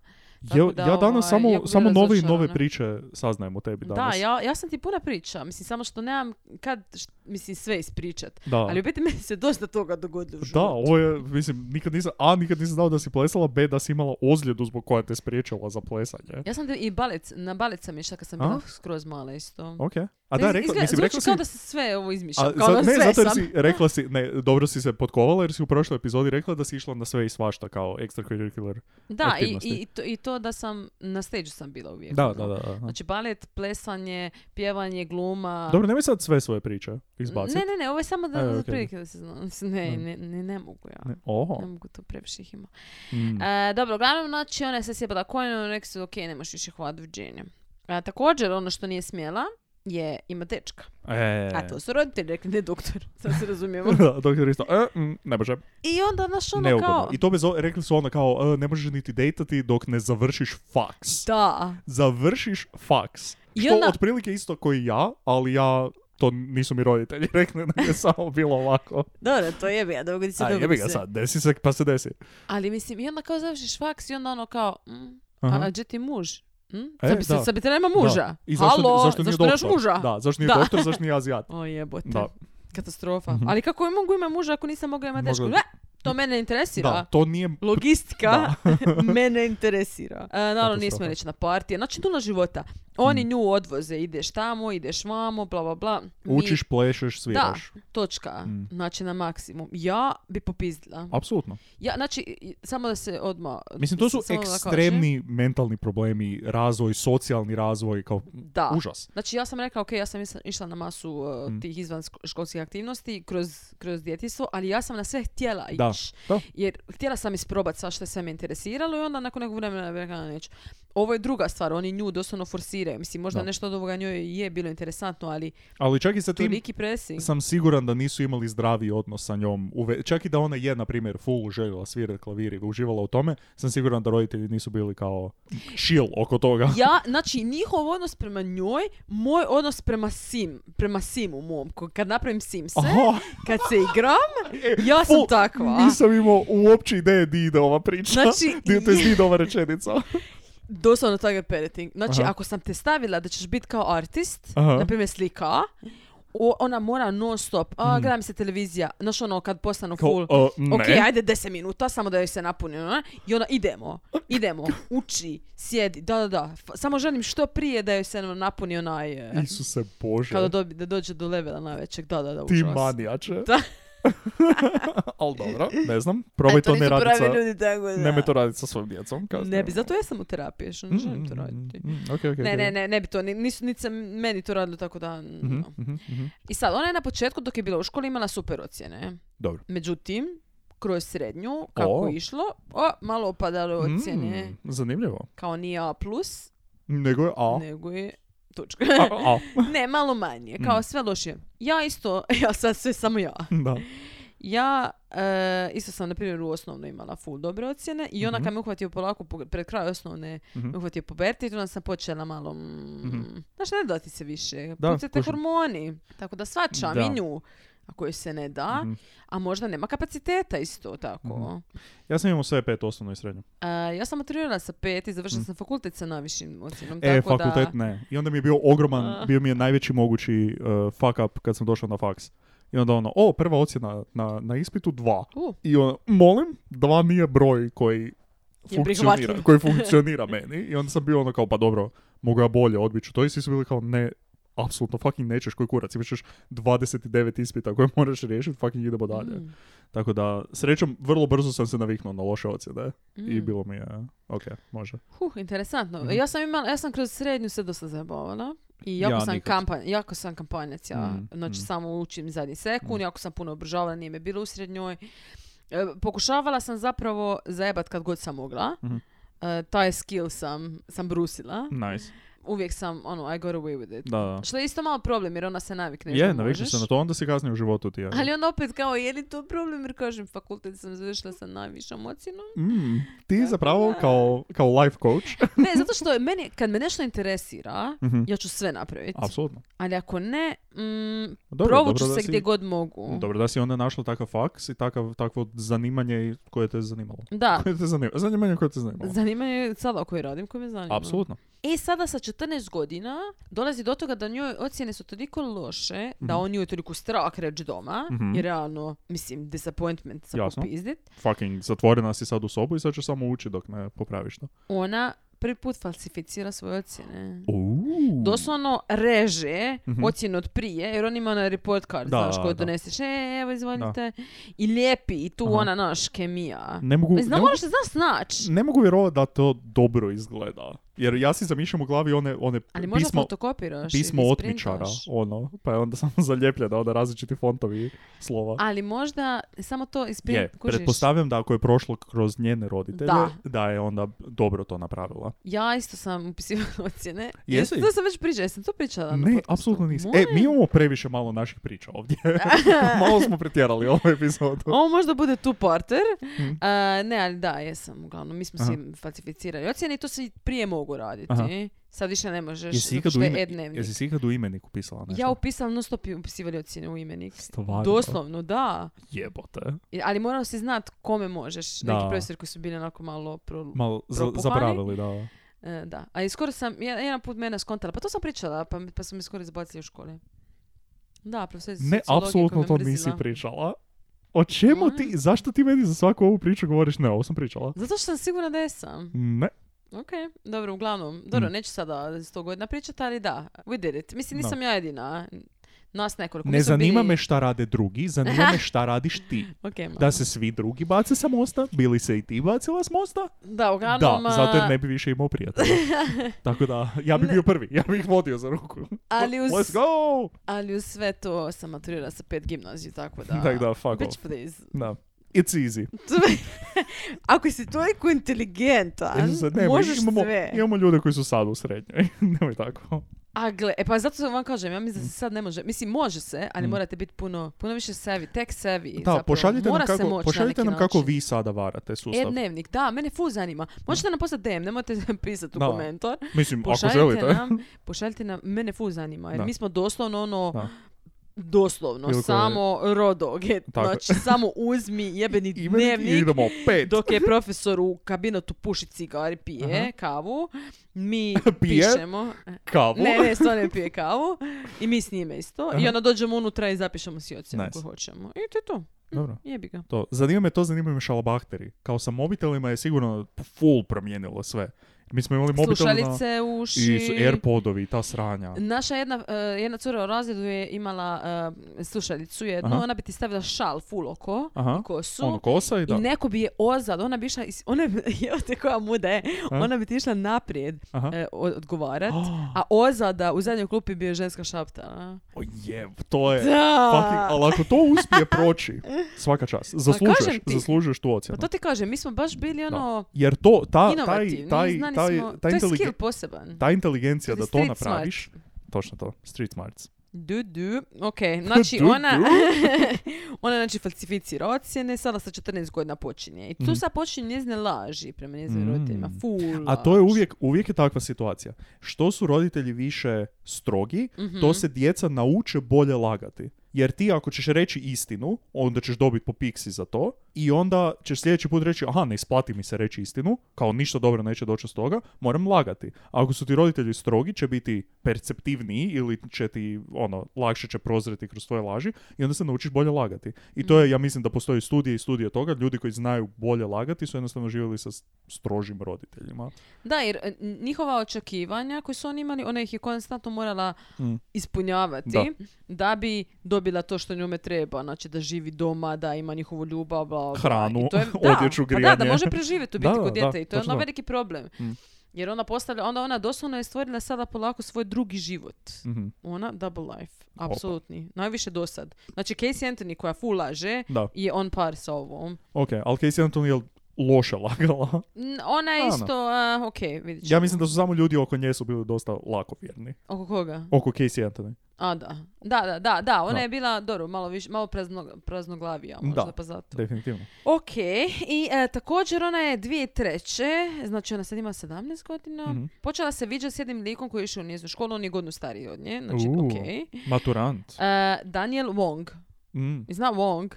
E: Tako
D: Ja,
E: da,
D: ja danas
E: ovaj, jako
D: samo,
E: bi
D: samo nove i
E: razočarana.
D: nove priče saznajem o tebi danas.
E: Da, ja, ja sam ti puna priča, mislim samo što nemam kad, š- mislim sve ispričat.
D: Da.
E: Ali u biti meni se dosta toga dogodilo u
D: Da,
E: životu.
D: ovo je, mislim, nikad nisam, a, nikad nisam znao da si plesala, b, da si imala ozljedu zbog koja te spriječila za plesanje.
E: Ja sam te- i balec, na balec sam išla kad sam
D: A?
E: bila skroz mala isto.
D: Ok. A da,
E: Iz-
D: rekla,
E: izgleda-
D: mislim,
E: zvuči
D: rekla si...
E: kao da se sve ovo izmišljam,
D: A,
E: kao
D: za-
E: da
D: ne,
E: sve
D: zato jer
E: sam.
D: si rekla si, ne, dobro si se potkovala jer si u prošloj epizodi rekla da si išla na sve i svašta kao extracurricular.
E: Da, i,
D: aktivnosti.
E: i, i to, i to da sam, na stage sam bila uvijek.
D: Da,
E: ono.
D: da, da. aha.
E: Znači balet, plesanje, pjevanje, gluma.
D: Dobro, nemoj sad sve svoje priče izbaciti.
E: Ne, ne, ne, ovo je samo da
D: A,
E: za
D: ok.
E: prilike da se zna. Mislim, Ne,
D: Da.
E: ne, ne, ne mogu ja. Ne.
D: Ne, Oho.
E: mogu to previše ih ima.
D: Mm.
E: E, dobro, uglavnom, znači, ona je se sjebala koljeno, rekli su, ok, ne možeš više hvat Virginija. A, također, ono što nije smjela je ima dečka.
D: E.
E: A
D: [laughs]
E: to su roditelji rekli, ne doktor, [laughs] sad se razumijemo.
D: Da, doktor isto, e, mm, ne može,
E: I onda, znaš, ono
D: neugodno.
E: kao...
D: I to bez, o- rekli su ono kao, e, ne možeš niti dejtati dok ne završiš faks.
E: Da.
D: Završiš faks.
E: I
D: Što
E: onda-
D: otprilike isto koji ja, ali ja to nisu mi roditelji [laughs] rekli, nego je samo bilo
E: [laughs]
D: ovako.
E: Dobro, to je ja, dogodi se,
D: A
E: dogodi
D: jebi ga
E: se.
D: sad, desi se pa se desi.
E: Ali mislim, i onda kao završiš faks i onda ono kao, mm, a,
D: Aha.
E: a gdje ti muž? Hm?
D: E,
E: sad, bi se,
D: da.
E: sad bi te nema
D: Da.
E: muža.
D: I zašto,
E: Halo,
D: zašto nije
E: nemaš
D: doktor?
E: muža?
D: Da, zašto nije
E: Da.
D: doktor, zašto nije azijat?
E: [laughs] O jebote.
D: Da.
E: Katastrofa.
D: Mhm.
E: Ali kako je mogu imati muža ako nisam mogla imati
D: Mogla-
E: dečku? Ne, to mene ne interesira.
D: Da, to nije... [laughs]
E: Logistika [laughs] mene interesira. E, naravno, nismo
D: Katastrofa. Mm.
E: reći na partije. Znači, nula života. Oni nju odvoze, ideš tamo, ideš vamo, bla, bla, bla. Mi-
D: Učiš, plešeš, sviraš.
E: točka.
D: Mm.
E: Znači, na maksimum. Ja bi popizdila.
D: Apsolutno.
E: Ja, znači, i- samo da se odmah...
D: Mislim, to su
E: samo da kažem.
D: ekstremni mentalni problemi, razvoj, socijalni razvoj, kao
E: Da.
D: užas.
E: Znači ja sam rekla, ok, ja sam isla- išla na masu uh,
D: Mm.
E: tih izvanškolskih aktivnosti kroz, kroz djetinjstvo, ali ja sam na sve htjela
D: Da,
E: ići.
D: da.
E: Jer htjela sam isprobat sva što je sve me interesiralo i onda nakon nekog vremena bi rekla, neću. Ovo je druga stvar, oni nju doslovno forsiraju. Mislim, možda
D: Da.
E: nešto od ovoga njoj je bilo interesantno, ali
D: Ali čak i sa tim
E: toliki pressing.
D: sam siguran da nisu imali zdravi odnos sa njom. Uve- čak i da ona je, na primjer, full željela svirati klavir i uživala u tome, sam siguran da roditelji nisu bili kao chill oko toga. [laughs]
E: Ja, znači, njihov odnos prema njoj, moj odnos prema sim, prema simu mom. ko- Kad napravim simse,
D: Aha,
E: kad se igram,
D: [laughs]
E: ja sam
D: full,
E: takva.
D: Nisam imao uopće ideje di ide ova priča.
E: Znači,
D: di, to jest di ide ova rečenica.
E: [laughs] Doslovno tako je parenting. Znači,
D: Aha.
E: ako sam te stavila da ćeš biti kao artist,
D: Aha.
E: na primjer slika, o- ona mora non stop, a,
D: Mhm.
E: gleda mi se televizija, znaš ono kad postanu
D: Kao,
E: full.
D: "O, ne."
E: Ok, ajde 10 minuta, samo da joj se napuni. ono, I onda idemo, idemo, uči, sjedi, da, da, da. F- Samo želim što prije da joj se ono, napuni onaj... e,
D: Isuse Bože.
E: Kao da, dobi- da dođe do levela najvećeg, da, da, da,
D: Ti
E: užas.
D: manijače.
E: Da.
D: [laughs] Ali dobro, ne znam.
E: E,
D: Probaj
E: to
D: to, ne
E: nisu
D: raditi
E: pravi
D: sa...
E: ljudi, tako da.
D: Nemoj to raditi sa svojim djecom. kao
E: Ne bi,
D: što-
E: zato ja sam u terapiji, što ne želim to
D: Mm, mm,
E: raditi.
D: mm, mm, okej, okej,
E: Ne,
D: okej.
E: ne, ne, ne bi to, ni- nisu, niti se meni to radilo tako da...
D: Mhm,
E: no.
D: mhm, mhm.
E: I sad, ona je na početku dok je bila u školi imala super ocjene.
D: Dobro.
E: Međutim, kroz srednju, kako
D: O.
E: je išlo, o, malo opadale ocjene.
D: Mm, zanimljivo.
E: Kao nije A+,
D: Nego je A.
E: nego je Točka.
D: A, Mm. a,
E: [laughs]
D: [laughs]
E: ne, malo manje, kao sve lošije. Ja isto, [laughs] ja sad sve samo ja.
D: da.
E: Ja e, isto sam, na primjer, u osnovnoj imala full dobre ocjene i
D: Mhm.
E: onda kad me uhvatio polako po- pred kraj osnovne, me uhvatio pubertet, onda sam počela malo... mm, Znaš, ne da ti se više.
D: Mhm. Da,
E: Pucate
D: kužim.
E: hormoni. Tako da svačam
D: Da. Mhm.
E: i nju. Ako joj se ne da, a možda nema kapaciteta isto tako.
D: Ja sam imao sve pet osnovno i srednje.
E: E, ja sam maturirala sa pet i završila sam fakultet sa najvišim ocjenom.
D: Mhm. E,
E: tako
D: fakultet
E: da...
D: ne. I onda mi je bio ogroman, bio mi je najveći mogući uh, fuck up kad sam došao na faks. I onda ono, o, prva ocjena na, na ispitu, dva.
E: U.
D: I ono, molim, dva nije broj koji funkcionira,
E: prihvatljiv.
D: koji funkcionira meni. I onda sam bio ono kao, pa dobro, mogu ja bolje odbiću. To i svi su bili kao, ne, apsolutno fucking nećeš koji kurac. Imaš još 29 ispita koje moraš riješiti, fucking idemo dalje.
E: Mm.
D: Tako da, srećom, vrlo brzo sam se naviknuo na loše ocjene.
E: Mm.
D: I bilo mi je, ok, može.
E: Huh, interesantno. Ja sam imala, ja sam kroz srednju se dosta zabavala. I jako,
D: Mhm. Ja
E: sam
D: nikad.
E: kampanj, jako sam kampanjac, ja.
D: Mm,
E: znači
D: mm.
E: samo učim zadnji sekund,
D: Mhm.
E: jako sam puno obržavala, nije me bilo u srednjoj. E, pokušavala sam zapravo zajebat kad god sam mogla.
D: Mhm.
E: E, taj skill sam, sam brusila.
D: Nice.
E: Uvijek sam, ono, I got away with it.
D: Da, da.
E: Što je isto malo problem, jer ona se navikne.
D: Je,
E: da
D: navikneš se
E: možeš.
D: na to, onda si kasnije u životu ti je.
E: Ali onda opet kao, je li to problem? Jer kažem, fakultet sam završila sa najvišom
D: [laughs]
E: ocjenom.
D: Mm, ti zapravo kao, kao life coach,
E: [laughs] Ne, zato što je meni, kad me nešto interesira, ja ću sve napraviti.
D: Mhm. apsolutno. Pa
E: Ali ako ne, mm,
D: Dobro,
E: provuću
D: dobro
E: se
D: da si-
E: gdje god mogu.
D: Dobro da si onda našla takav faks i takav, takvo zanimanje i- koje te je zanimalo.
E: Da,
D: Koje te zanima, zanimanje koje te zanimalo.
E: zanimanje je sada koji radim, koji me zanima.
D: Apsolutno.
E: E, sada sa 14 godina dolazi do toga da njoj ocjene su toliko loše, da on nju je toliko strah reći doma,
D: Mhm.
E: i realno, mislim, disappointment sa
D: Jasno.
E: popizdit.
D: Fucking zatvorena si sad u sobu i sad ćeš samo ući dok ne popraviš to.
E: Ona prvi put falsificira svoje ocjene.
D: Uuu.
E: doslovno reže
D: Mhm.
E: ocjenu od prije, jer on ima onaj report card,
D: Da,
E: znaš, koju
D: da.
E: doneseš, e, evo, izvolite, i lijepi, i tu
D: Aha.
E: ona, naš, kemija.
D: Ne mogu, ne,
E: Znam,
D: mogu,
E: moraš se znaš naći.
D: ne mogu vjerovati da to dobro izgleda. Jer ja si zamišljam u glavi one, one
E: Ali možda
D: pismo,
E: fotokopiraš
D: pismo
E: ili
D: otmičara,
E: isprintaš.
D: ono, pa je onda [laughs] samo zaljepljena, onda različiti fontovi slova.
E: Ali možda samo to isprint,
D: Je,
E: kužiš.
D: pretpostavljam da ako je prošlo kroz njene roditelje, da,
E: Da.
D: je onda dobro to napravila.
E: Ja isto sam upisivala [laughs] ocjene.
D: Jesi?
E: To sam već pričala, jesam to pričala. na
D: ne,
E: podcastu?
D: apsolutno nisam.
E: Moje-
D: E, mi imamo previše malo naših priča
E: [laughs]
D: ovdje. malo smo pretjerali ovu epizodu.
E: Ovo možda bude tu parter. ne, ali da, jesam uglavnom. Mi smo
D: Mhm. Aha.
E: si falsificirali ocjene i to se i prije mogu raditi.
D: Aha.
E: Sad više ne možeš,
D: Jesi
E: zato
D: ikad,
E: što
D: u
E: je
D: ime-
E: e-dnevnik.
D: jesi si ikad u imeniku pisala nešto?
E: Ja upisala non stop i upisivali ocjene u imenik.
D: Stvarno?
E: Doslovno, da.
D: Jebote.
E: I- Ali morao si znat kome možeš.
D: Da.
E: Neki profesori koji su bili onako malo pro,
D: Malo za-
E: Propuhani?
D: zaboravili, da.
E: E, da, a i skoro sam, ja- jedan put mene skontala, pa to sam pričala, pa, pa sam mi skoro izbacili u škole. Da, profesor
D: Ne, apsolutno to nisi pričala. O čemu
E: Molim?
D: ti, zašto ti meni za svaku ovu priču govoriš ne, ovo sam pričala?
E: Zato što sam sigurna da jesam.
D: Ne.
E: Ok, dobro, uglavnom, dobro,
D: Mm.
E: neću sada sto godina pričati, ali da, we did it. Mislim,
D: Da.
E: nisam ja jedina, nas nekoliko.
D: Ne
E: Mi smo
D: zanima
E: bili-
D: me šta rade drugi, zanima me šta radiš
E: [laughs]
D: ti.
E: Ok, ma.
D: Da se svi drugi bace sa mosta, bili se i ti bacila s mosta?
E: Da, uglavnom,
D: Da, zato jer
E: a,
D: ne bi više imao
E: [laughs]
D: prijatelja. Tako da, ja bi bio prvi, ja bi ih vodio za ruku.
E: ali uz,
D: Let's go!
E: ali uz sve to sam maturirala sa pet gimnaziju, tako da...
D: [laughs] Tak da, fuck
E: Bitch
D: off.
E: please. [laughs]
D: Da. It's easy.
E: Ako si toliko inteligentan,
D: Jesu se, nema,
E: Pa, možeš
D: imamo,
E: sve.
D: imamo ljude koji su sad u srednjoj. [laughs] Nemoj tako.
E: A gle, e pa zato vam kažem, ja mislim da se sad ne može. Mislim, može se, ali
D: Mm.
E: morate biti puno, puno više savvy, tek savvy.
D: Da,
E: zapravo.
D: pošaljite
E: Mora
D: nam
E: se
D: kako,
E: moći na
D: pošaljite
E: neki
D: nam kako
E: način.
D: vi sada varate
E: E,
D: sustav.
E: dnevnik, da, mene ful zanima. Možete nam poslati DM, nemojte [laughs] pisati u
D: Da.
E: komentar.
D: Mislim, ako
E: Pošaljite
D: želite. [laughs]
E: nam, pošaljite nam, mene ful zanima, jer
D: Da.
E: mi smo doslovno ono,
D: Da.
E: doslovno,
D: Bilo koje-
E: samo rodoget,
D: Tako.
E: znači samo uzmi jebeni
D: Imenik [laughs] i
E: dnevnik,
D: idemo pet.
E: dok je profesor u kabinetu puši cigar i pije kavu, mi
D: [laughs] Pije?
E: pišemo...
D: Kavu.
E: Ne,
D: [laughs]
E: ne, stvarno ne pije kavu. I mi s njime isto. I
D: Aha.
E: onda dođemo unutra i zapišemo si ocjenu
D: Nice.
E: koju hoćemo. I to je to.
D: Dobro.
E: Jebi ga.
D: To. Zanima me to, zanima me šalabahteri. Kao sa mobitelima je sigurno full promijenilo sve. Mi smo imali mobitel na...
E: Slušalice, uši.
D: I su Airpodovi, ta sranja.
E: Naša jedna, e, jedna cura u razredu je imala e, slušalicu jednu,
D: Aha.
E: ona bi ti stavila šal full oko
D: Aha.
E: i kosu.
D: Ono, kosa i da.
E: I
D: [gasps]
E: neko bi je ozad, ona bi išla, is- ona bi, [laughs] evo te koja muda je, ona bi ti išla naprijed
D: Aha.
E: e, o-
D: [gasps]
E: odgovarat,
D: Ah.
E: a ozada u zadnjoj klupi bi je ženska šaptala.
D: O jeb, to je...
E: Da! [laughs]
D: Fucking, ali ako to uspije proći, Svaka čast. Zaslužuješ,
E: kažem ti.
D: zaslužuješ tu ocjenu.
E: Pa to ti kažem, mi smo baš bili ono
D: Jer to, ta, taj,
E: inovativni,
D: taj,
E: znani
D: taj,
E: smo,
D: ta,
E: to je
D: inteligen-
E: skill poseban.
D: ta inteligencija
E: To
D: da
E: je
D: to
E: street
D: napraviš, točno to, street smarts.
E: Du, du.
D: [laughs]
E: Ok, znači
D: Du, du.
E: ona, [laughs] ona znači falsificira ocjene, sada sa 14 godina počinje. I tu
D: Mhm.
E: sad počinje njezine laži prema njezinim
D: Mm.
E: roditeljima. Full
D: A to je
E: laž.
D: uvijek, uvijek je takva situacija. Što su roditelji više strogi,
E: Mhm.
D: to se djeca nauče bolje lagati. Jer ti ako ćeš reći istinu, onda ćeš dobiti po piksi za to i onda ćeš sljedeći put reći aha, ne isplati mi se reći istinu, kao ništa dobro neće doći od toga, moram lagati. A ako su ti roditelji strogi, će biti perceptivniji ili će ti, ono, lakše će prozreti kroz tvoje laži i onda se naučiš bolje lagati. I to je, ja mislim da postoji studije i studije toga, ljudi koji znaju bolje lagati su jednostavno živjeli sa s- strožim roditeljima.
E: Da, jer e, njihova očekivanja koje su oni imali, ona ih je konstantno morala
D: Mm.
E: ispunjavati
D: Da.
E: da. bi dobila to što njome treba, znači da živi doma, da ima njihovu ljubav, bla, bla, bla.
D: Hranu,
E: I to
D: [laughs]
E: je,
D: odjeću,
E: Pa da, da
D: grijanje.
E: može preživjeti u
D: Da,
E: biti
D: da,
E: kod djeta
D: da,
E: i to je
D: točno
E: ono
D: to.
E: veliki problem.
D: Mm.
E: Jer ona postavlja, onda ona doslovno je stvorila sada polako svoj drugi život.
D: Mhm.
E: Ona double life, apsolutni. Najviše dosad. Znači Casey Anthony koja full laže
D: Da,
E: je on par sa ovom.
D: ok, ali Casey Anton je loše
E: [laughs]
D: lagala.
E: N- Ona je
D: Ano.
E: isto, a, ok, vidit ćemo.
D: Ja mislim da su samo ljudi oko nje su bili dosta lako vjerni.
E: Oko koga?
D: Oko Casey Anthony.
E: A, da. Da, da, da, da, ona
D: Da.
E: je bila, dobro, malo, viš, malo prazno, praznoglavija, možda,
D: Da.
E: pa zato.
D: Definitivno.
E: Ok, i e, također ona je 2003. Znači ona sad ima 17 godina.
D: Mhm.
E: Počela se viđati s jednim likom koji je išao u njezinu školu, on je godinu stariji od nje, znači
D: U.
E: ok.
D: Maturant.
E: E, Daniel Wong.
D: Mm,
E: Zna Wong?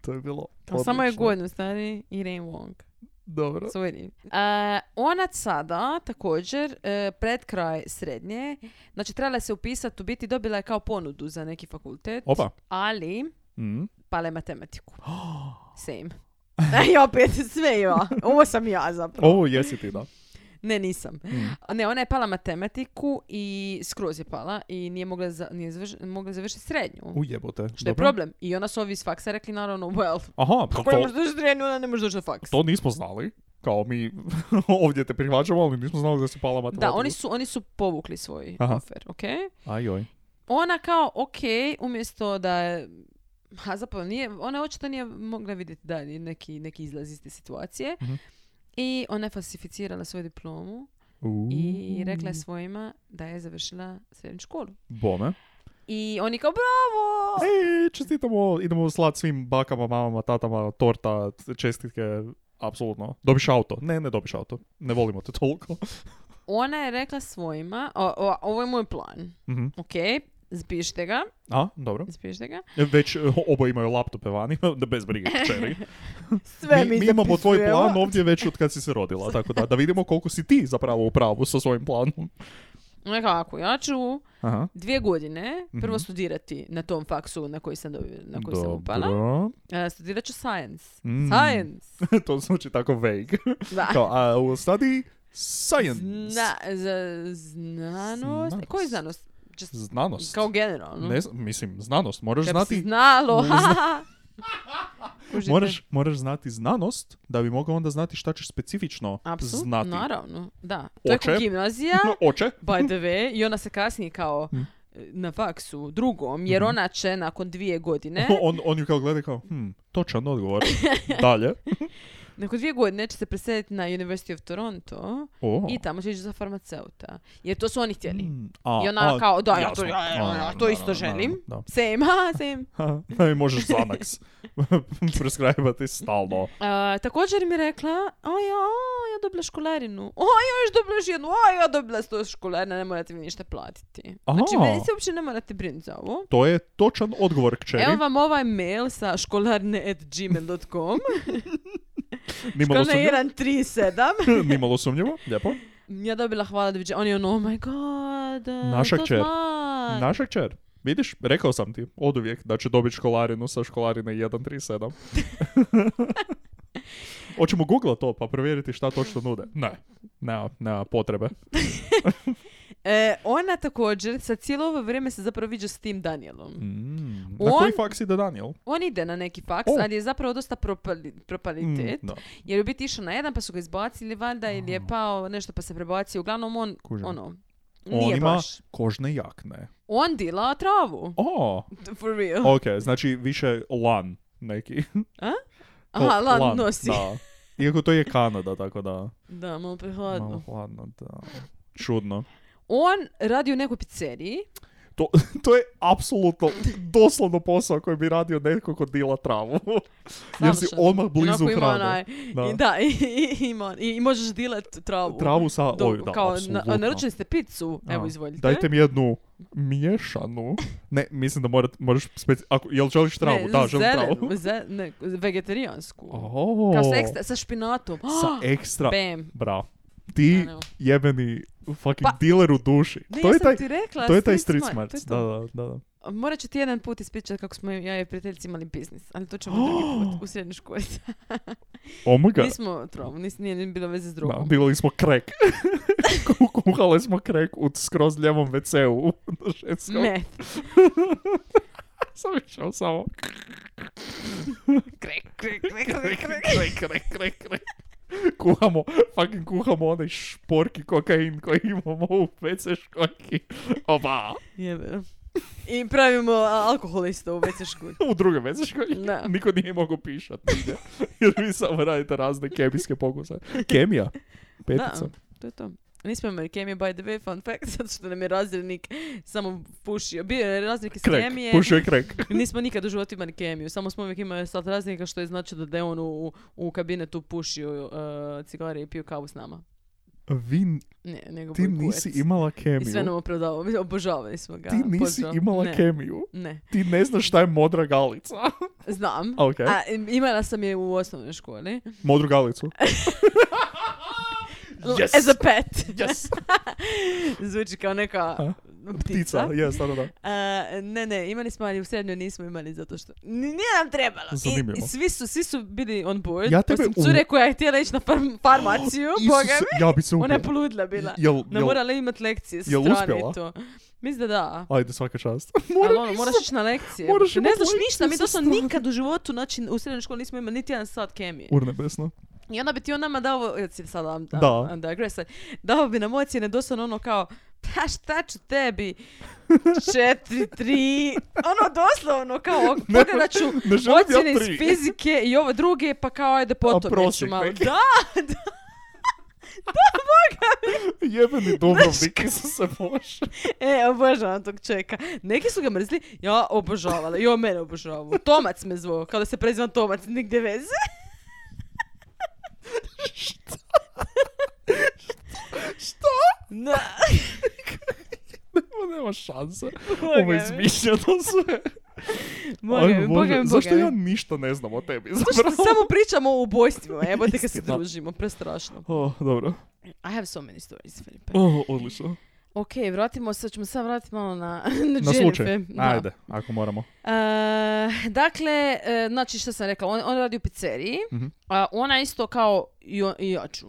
D: to je bilo
E: Kao samo je
D: odlično.
E: godinu stariji Irene Wong.
D: Dobro.
E: Sorry. E, ona sada također e, pred kraj srednje, znači trebala je se upisati u biti dobila je kao ponudu za neki fakultet,
D: Opa.
E: ali
D: Mm. [gasps]
E: pala je matematiku. Same. [laughs] E, I opet sve ima. Ovo sam ja zapravo.
D: Ovo jesi ti, da.
E: Ne, nisam.
D: Mm.
E: A Ne, ona je pala matematiku i skroz je pala i nije mogla, za, nije završ- mogla završiti srednju.
D: Ujebote.
E: Što je problem. I onda su ovi iz faksa rekli naravno, well,
D: Aha, pa
E: ako ne
D: to,
E: možeš doći na srednju, onda ne možeš doći na faks.
D: to nismo znali. Kao mi [laughs] ovdje te prihvaćamo, ali nismo znali da si pala matematiku.
E: Da, oni su, oni su povukli svoj
D: Aha.
E: ofer, ok?
D: Ajoj.
E: Ona kao, ok, umjesto da je, a zapravo nije, ona očito nije mogla vidjeti da je neki, neki izlaz iz te situacije.
D: Mhm.
E: I ona je falsificirala svoju diplomu
D: U,
E: i rekla je svojima da je završila srednju školu.
D: Bome.
E: I oni kao, bravo!
D: E, čestitamo, idemo slat svim bakama, mamama, tatama, torta, čestitke, apsolutno. Dobiš auto. Ne, ne dobiš auto. Ne volimo te toliko.
E: Ona je rekla svojima, o, o, ovo je moj plan,
D: Mhm.
E: ok? Zbište ga,
D: A, dobro.
E: zbište ga.
D: Već e, oboje imaju laptope vani, [laughs] da bez brige, čeri.
E: [laughs] Sve
D: mi, mi imamo tvoj plan ovdje već od kad si se rodila, tako da, da vidimo koliko si ti zapravo u pravu sa svojim planom.
E: Nekako, ja ću
D: Aha.
E: dvije godine prvo
D: Mhm.
E: studirati na tom faksu na koji sam, dobi- na koji sam upala. E, studirat ću science.
D: Mm.
E: Science.
D: [laughs] to zvuči tako vague.
E: Da.
D: Kao, a u study science.
E: Zna, za, znanost.
D: Znanost.
E: Koju znanost? Just-
D: Znanost.
E: Kao generalno.
D: Ne, znam, mislim, znanost. Moraš
E: Kad bi se
D: znati,
E: znalo.
D: Zna-
E: [laughs] Kužite?
D: moraš, moraš znati znanost da bi mogao onda znati šta ćeš specifično
E: Apsolutno,
D: znati.
E: naravno. Da. To je
D: Oče.
E: kao gimnazija,
D: [laughs] Oče.
E: by the way, i ona se kasnije kao
D: Mm.
E: e, na faksu drugom,
D: Mhm.
E: jer ona će nakon dvije
D: [laughs]
E: godine,
D: On, on ju kao gleda kao, hm, točan odgovor.
E: [laughs]
D: Dalje.
E: nakon dvije godine će se preseliti na University of Toronto
D: O.
E: i tamo će ići za farmaceuta. Jer to su oni htjeli.
D: Mm, a,
E: I ona
D: a,
E: kao, da, ja
D: jasno.
E: to, ja, ja,
D: A,
E: ja to isto
D: naravno,
E: želim.
D: naravno,
E: Same, [laughs] ha, same.
D: Da. [laughs] Da mi možeš Xanax [laughs] preskrajbati stalno.
E: A, također mi je rekla, o ja, o, ja dobila školarinu. O, ja još dobila još jednu, o, ja dobila sto školarina, ne morate mi ništa platiti. Znači,
D: Aha.
E: meni se uopće ne morate brinuti za ovo.
D: To je točan odgovor kćeri.
E: Evo vam ovaj mail sa školarne.gmail.com
D: Nimalo sumnjivo.
E: Školarne137
D: [laughs] Nimalo sumnjivo. Lijepo.
E: Ja dobila hvala doviđenja. On je ono, oh my god, eh,
D: Naša
E: to
D: kćer.
E: znak.
D: Naša kćer. Vidiš, rekao sam ti od uvijek da će dobit školarinu sa školarine
E: [laughs]
D: 137. Hoćemo googlat to pa provjeriti šta točno nude. Ne, nema, nema potrebe.
E: E, ona također sa cijelo ovo vrijeme se zapravo viđa s tim Danielom.
D: Mm. Na
E: On-
D: koji faks ide Daniel?
E: On ide na neki faks,
D: O.
E: ali je zapravo dosta propali,
D: Oh. Mm,
E: propalitet.
D: da.
E: Jer je u biti išao na jedan, pa su ga izbacili valjda ili je pao nešto pa se prebacio. Uglavnom on,
D: Kužim.
E: ono, Nije
D: On ima
E: baš.
D: kožne jakne.
E: On dila travu.
D: O,
E: For real.
D: ok, znači više lan neki.
E: Aha,
D: O,
E: lan nosi.
D: Da. Iako to je Kanada, tako da.
E: Da, malo
D: Malo
E: prehladno.
D: hladno, da. Čudno.
E: On radi u nekoj pizzeriji.
D: To, to je apsolutno doslovno posao koji bi radio netko ko dila travu. Jer si
E: Savršeno.
D: odmah blizu
E: Onako ima onaj-
D: hrane. Da.
E: I da, [laughs] i, i, ima- i, i možeš dilat travu.
D: Travu sa...
E: Do-
D: oj, da,
E: kao,
D: apsolutno.
E: naručili ste picu,
D: Da.
E: evo izvolite.
D: Dajte mi jednu miješanu. Ne, mislim da morat, moraš speci... Ako, jel želiš travu?
E: Ne,
D: da, želim
E: zelenu, [laughs]
D: travu.
E: ze- ne, vegetarijansku.
D: O,
E: Kao sa, ekstra, [gasps] sa špinatom.
D: [gasps] sa ekstra.
E: [gasps] Bam.
D: Bra. Ti
E: I know.
D: jebeni fucking
E: Pa-
D: dealer u duši.
E: Ne,
D: to
E: ja
D: je
E: sam
D: taj,
E: ti rekla,
D: to je taj
E: street
D: street
E: smart,
D: smart.
E: to je to.
D: Da, da, da, da.
E: Morat ću ti jedan put ispričati kako smo ja i prijateljici imali biznis, ali to
D: [gasps]
E: ćemo drugi put u srednjoj školi.
D: Oh my god.
E: [laughs] Nismo trom, nis, nije ni bilo veze s
D: Da,
E: drugom.
D: bilali smo
E: [laughs]
D: krek. Kuhali smo krek u skroz ljevom WC-u. na ženskom.
E: Ne,
D: Sam išao samo.
E: krek, krek, krek, krek, krek.
D: Krek, krek, krek, krek. Kuhamo, fucking kuhamo onaj šporki kokain koji imamo u WC školjki. Opa!
E: Jebe. I pravimo a, alkohol isto u WC
D: [laughs]
E: školi.
D: U druge WC školjki.
E: Da.
D: Niko nije mogao pišat nigdje. [laughs] Jer vi samo radite razne kemijske pokuse. Kemija. Petica.
E: Da, to je to. Nismo imali kemije, by the way, fun fact, [laughs] zato što nam je razrednik samo pušio. Bio je razrednik iz
D: Krek.
E: kemije.
D: Pušio je krek.
E: [laughs] Nismo nikad u životu imali kemiju, samo smo uvijek imali sat razrednika što je značilo da je on u, u kabinetu pušio uh, cigare i pio kavu s nama.
D: Vi,
E: Ne, nego
D: ti
E: bojkovac.
D: nisi imala
E: I sve nam
D: kemiju.
E: opravdavao, mislim, obožavali smo ga.
D: Ti nisi
E: pozdrav.
D: imala
E: pa ne,
D: kemiju.
E: Ne,
D: Ti ne znaš šta je modra galica.
E: znam.
D: Ok.
E: A, im- imala sam je u osnovnoj školi.
D: Modru galicu.
E: L-
D: Yes.
E: As a pet.
D: Yes.
E: [laughs] Zvuči kao neka
D: A?
E: ptica.
D: Ptica. Yes, da, da, da.
E: A, ne, ne, imali smo, ali u srednjoj nismo imali zato što ni- nije nam trebalo. I-
D: Zanimljivo.
E: I, svi, su, svi su bili on board.
D: Ja tebe
E: osim
D: u-
E: cure koja je htjela ići na farm- farmaciju. Boga
D: [gasps] Isuse, ja bi se
E: mi. Ona
D: ubio.
E: je poludla bila.
D: Jel,
E: No,
D: jel-
E: morala imati lekcije sa
D: jel
E: strane
D: uspjela?
E: i to. Mislim da da.
D: Ajde, svaka čast.
E: Ali ono, moraš ići na lekcije.
D: moraš
E: Ti ne
D: imat
E: znaš
D: lekcije
E: ništa, mi
D: sa
E: doslovno nikad u životu, znači u srednjoj školi nismo imali niti jedan sat kemije.
D: Urnebesno.
E: I onda bi ti on nama dao, ja si sad am,
D: Da.
E: am, digressa, dao bi nam ocjene doslovno ono kao, pa šta ću tebi, četiri, tri, ono doslovno kao,
D: [laughs] Ne,
E: pogledat ću
D: ne želim ja
E: ocjene
D: tri. [laughs]
E: iz fizike i ovo druge, pa kao ajde potom ću
D: prosjek
E: malo.
D: neki.
E: Da,
D: [laughs] Jebeni Dubrovnik se [laughs] bože.
E: e, obožavam tog čeka. Neki su ga mrzli, ja obožavala, i on mene obožavao. Tomac me zvao, kao da se prezivam Tomac, nigdje
D: [laughs]
E: veze. [laughs] Šta?
D: Nema šanse.
E: Boga
D: Ovo
E: mi.
D: je izmišljeno sve.
E: Boga
D: Aj,
E: mi,
D: Bože,
E: boga mi,
D: Zašto
E: boga mi.
D: ja ništa ne znam o tebi?
E: Zato što
D: zapravo? [laughs]
E: samo pričamo o ubojstvima, evo te kad se
D: Istina.
E: družimo, prestrašno.
D: O, Oh, dobro.
E: I have so many stories, Filipe.
D: O, odlično.
E: Ok, vratimo se, ćemo sad vratiti malo na, [laughs]
D: Na slučaj.
E: Jennifer. Da.
D: Ajde, ako moramo.
E: E, dakle, e, znači što sam rekla, on, on radi u pizzeriji,
D: Mhm.
E: a ona isto kao i, on- i ja ću.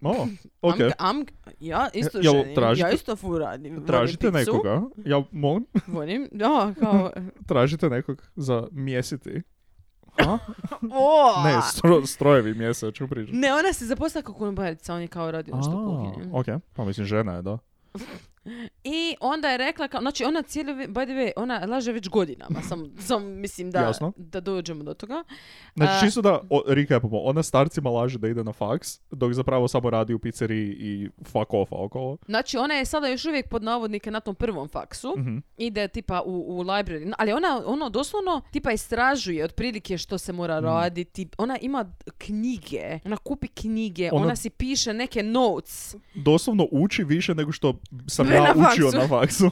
D: O, ok.
E: Am- am- ja isto
D: E, jel
E: želim,
D: tražite-
E: ja isto fu radim. volim
D: Tražite
E: pizzu,
D: nekoga. Ja molim,
E: Volim, da,
D: [laughs]
E: kao,
D: tražite nekog za mjesiti. Ha?
E: o!
D: Ne, stro, strojevi mjese, ću pričati.
E: Pa. Ne, ona se zaposlila kao konobarica, on je kao radio nešto u kuhinji.
D: ok, pa mislim žena je, da.
E: I onda je rekla, kao, znači ona cijeli, vi- by the way, ona laže već
D: [laughs]
E: godinama, sam, sam mislim da,
D: Jasno.
E: da dođemo do toga. A-
D: Znači, čisto da o, recapamo, ona starcima laže da ide na faks, dok zapravo samo radi u pizzeriji i fuck offa okolo.
E: Znači ona je sada još uvijek pod navodnike na tom prvom faksu,
D: Mhm.
E: ide tipa u, u library, ali ona ono doslovno tipa istražuje otprilike što se mora
D: Mhm.
E: raditi, ona ima knjige, ona kupi knjige, ona,
D: Ona-
E: si piše neke notes.
D: Doslovno uči više nego što sam
E: Ne,
D: ja
E: na
D: učio
E: faksu.
D: na
E: [laughs]
D: faksu.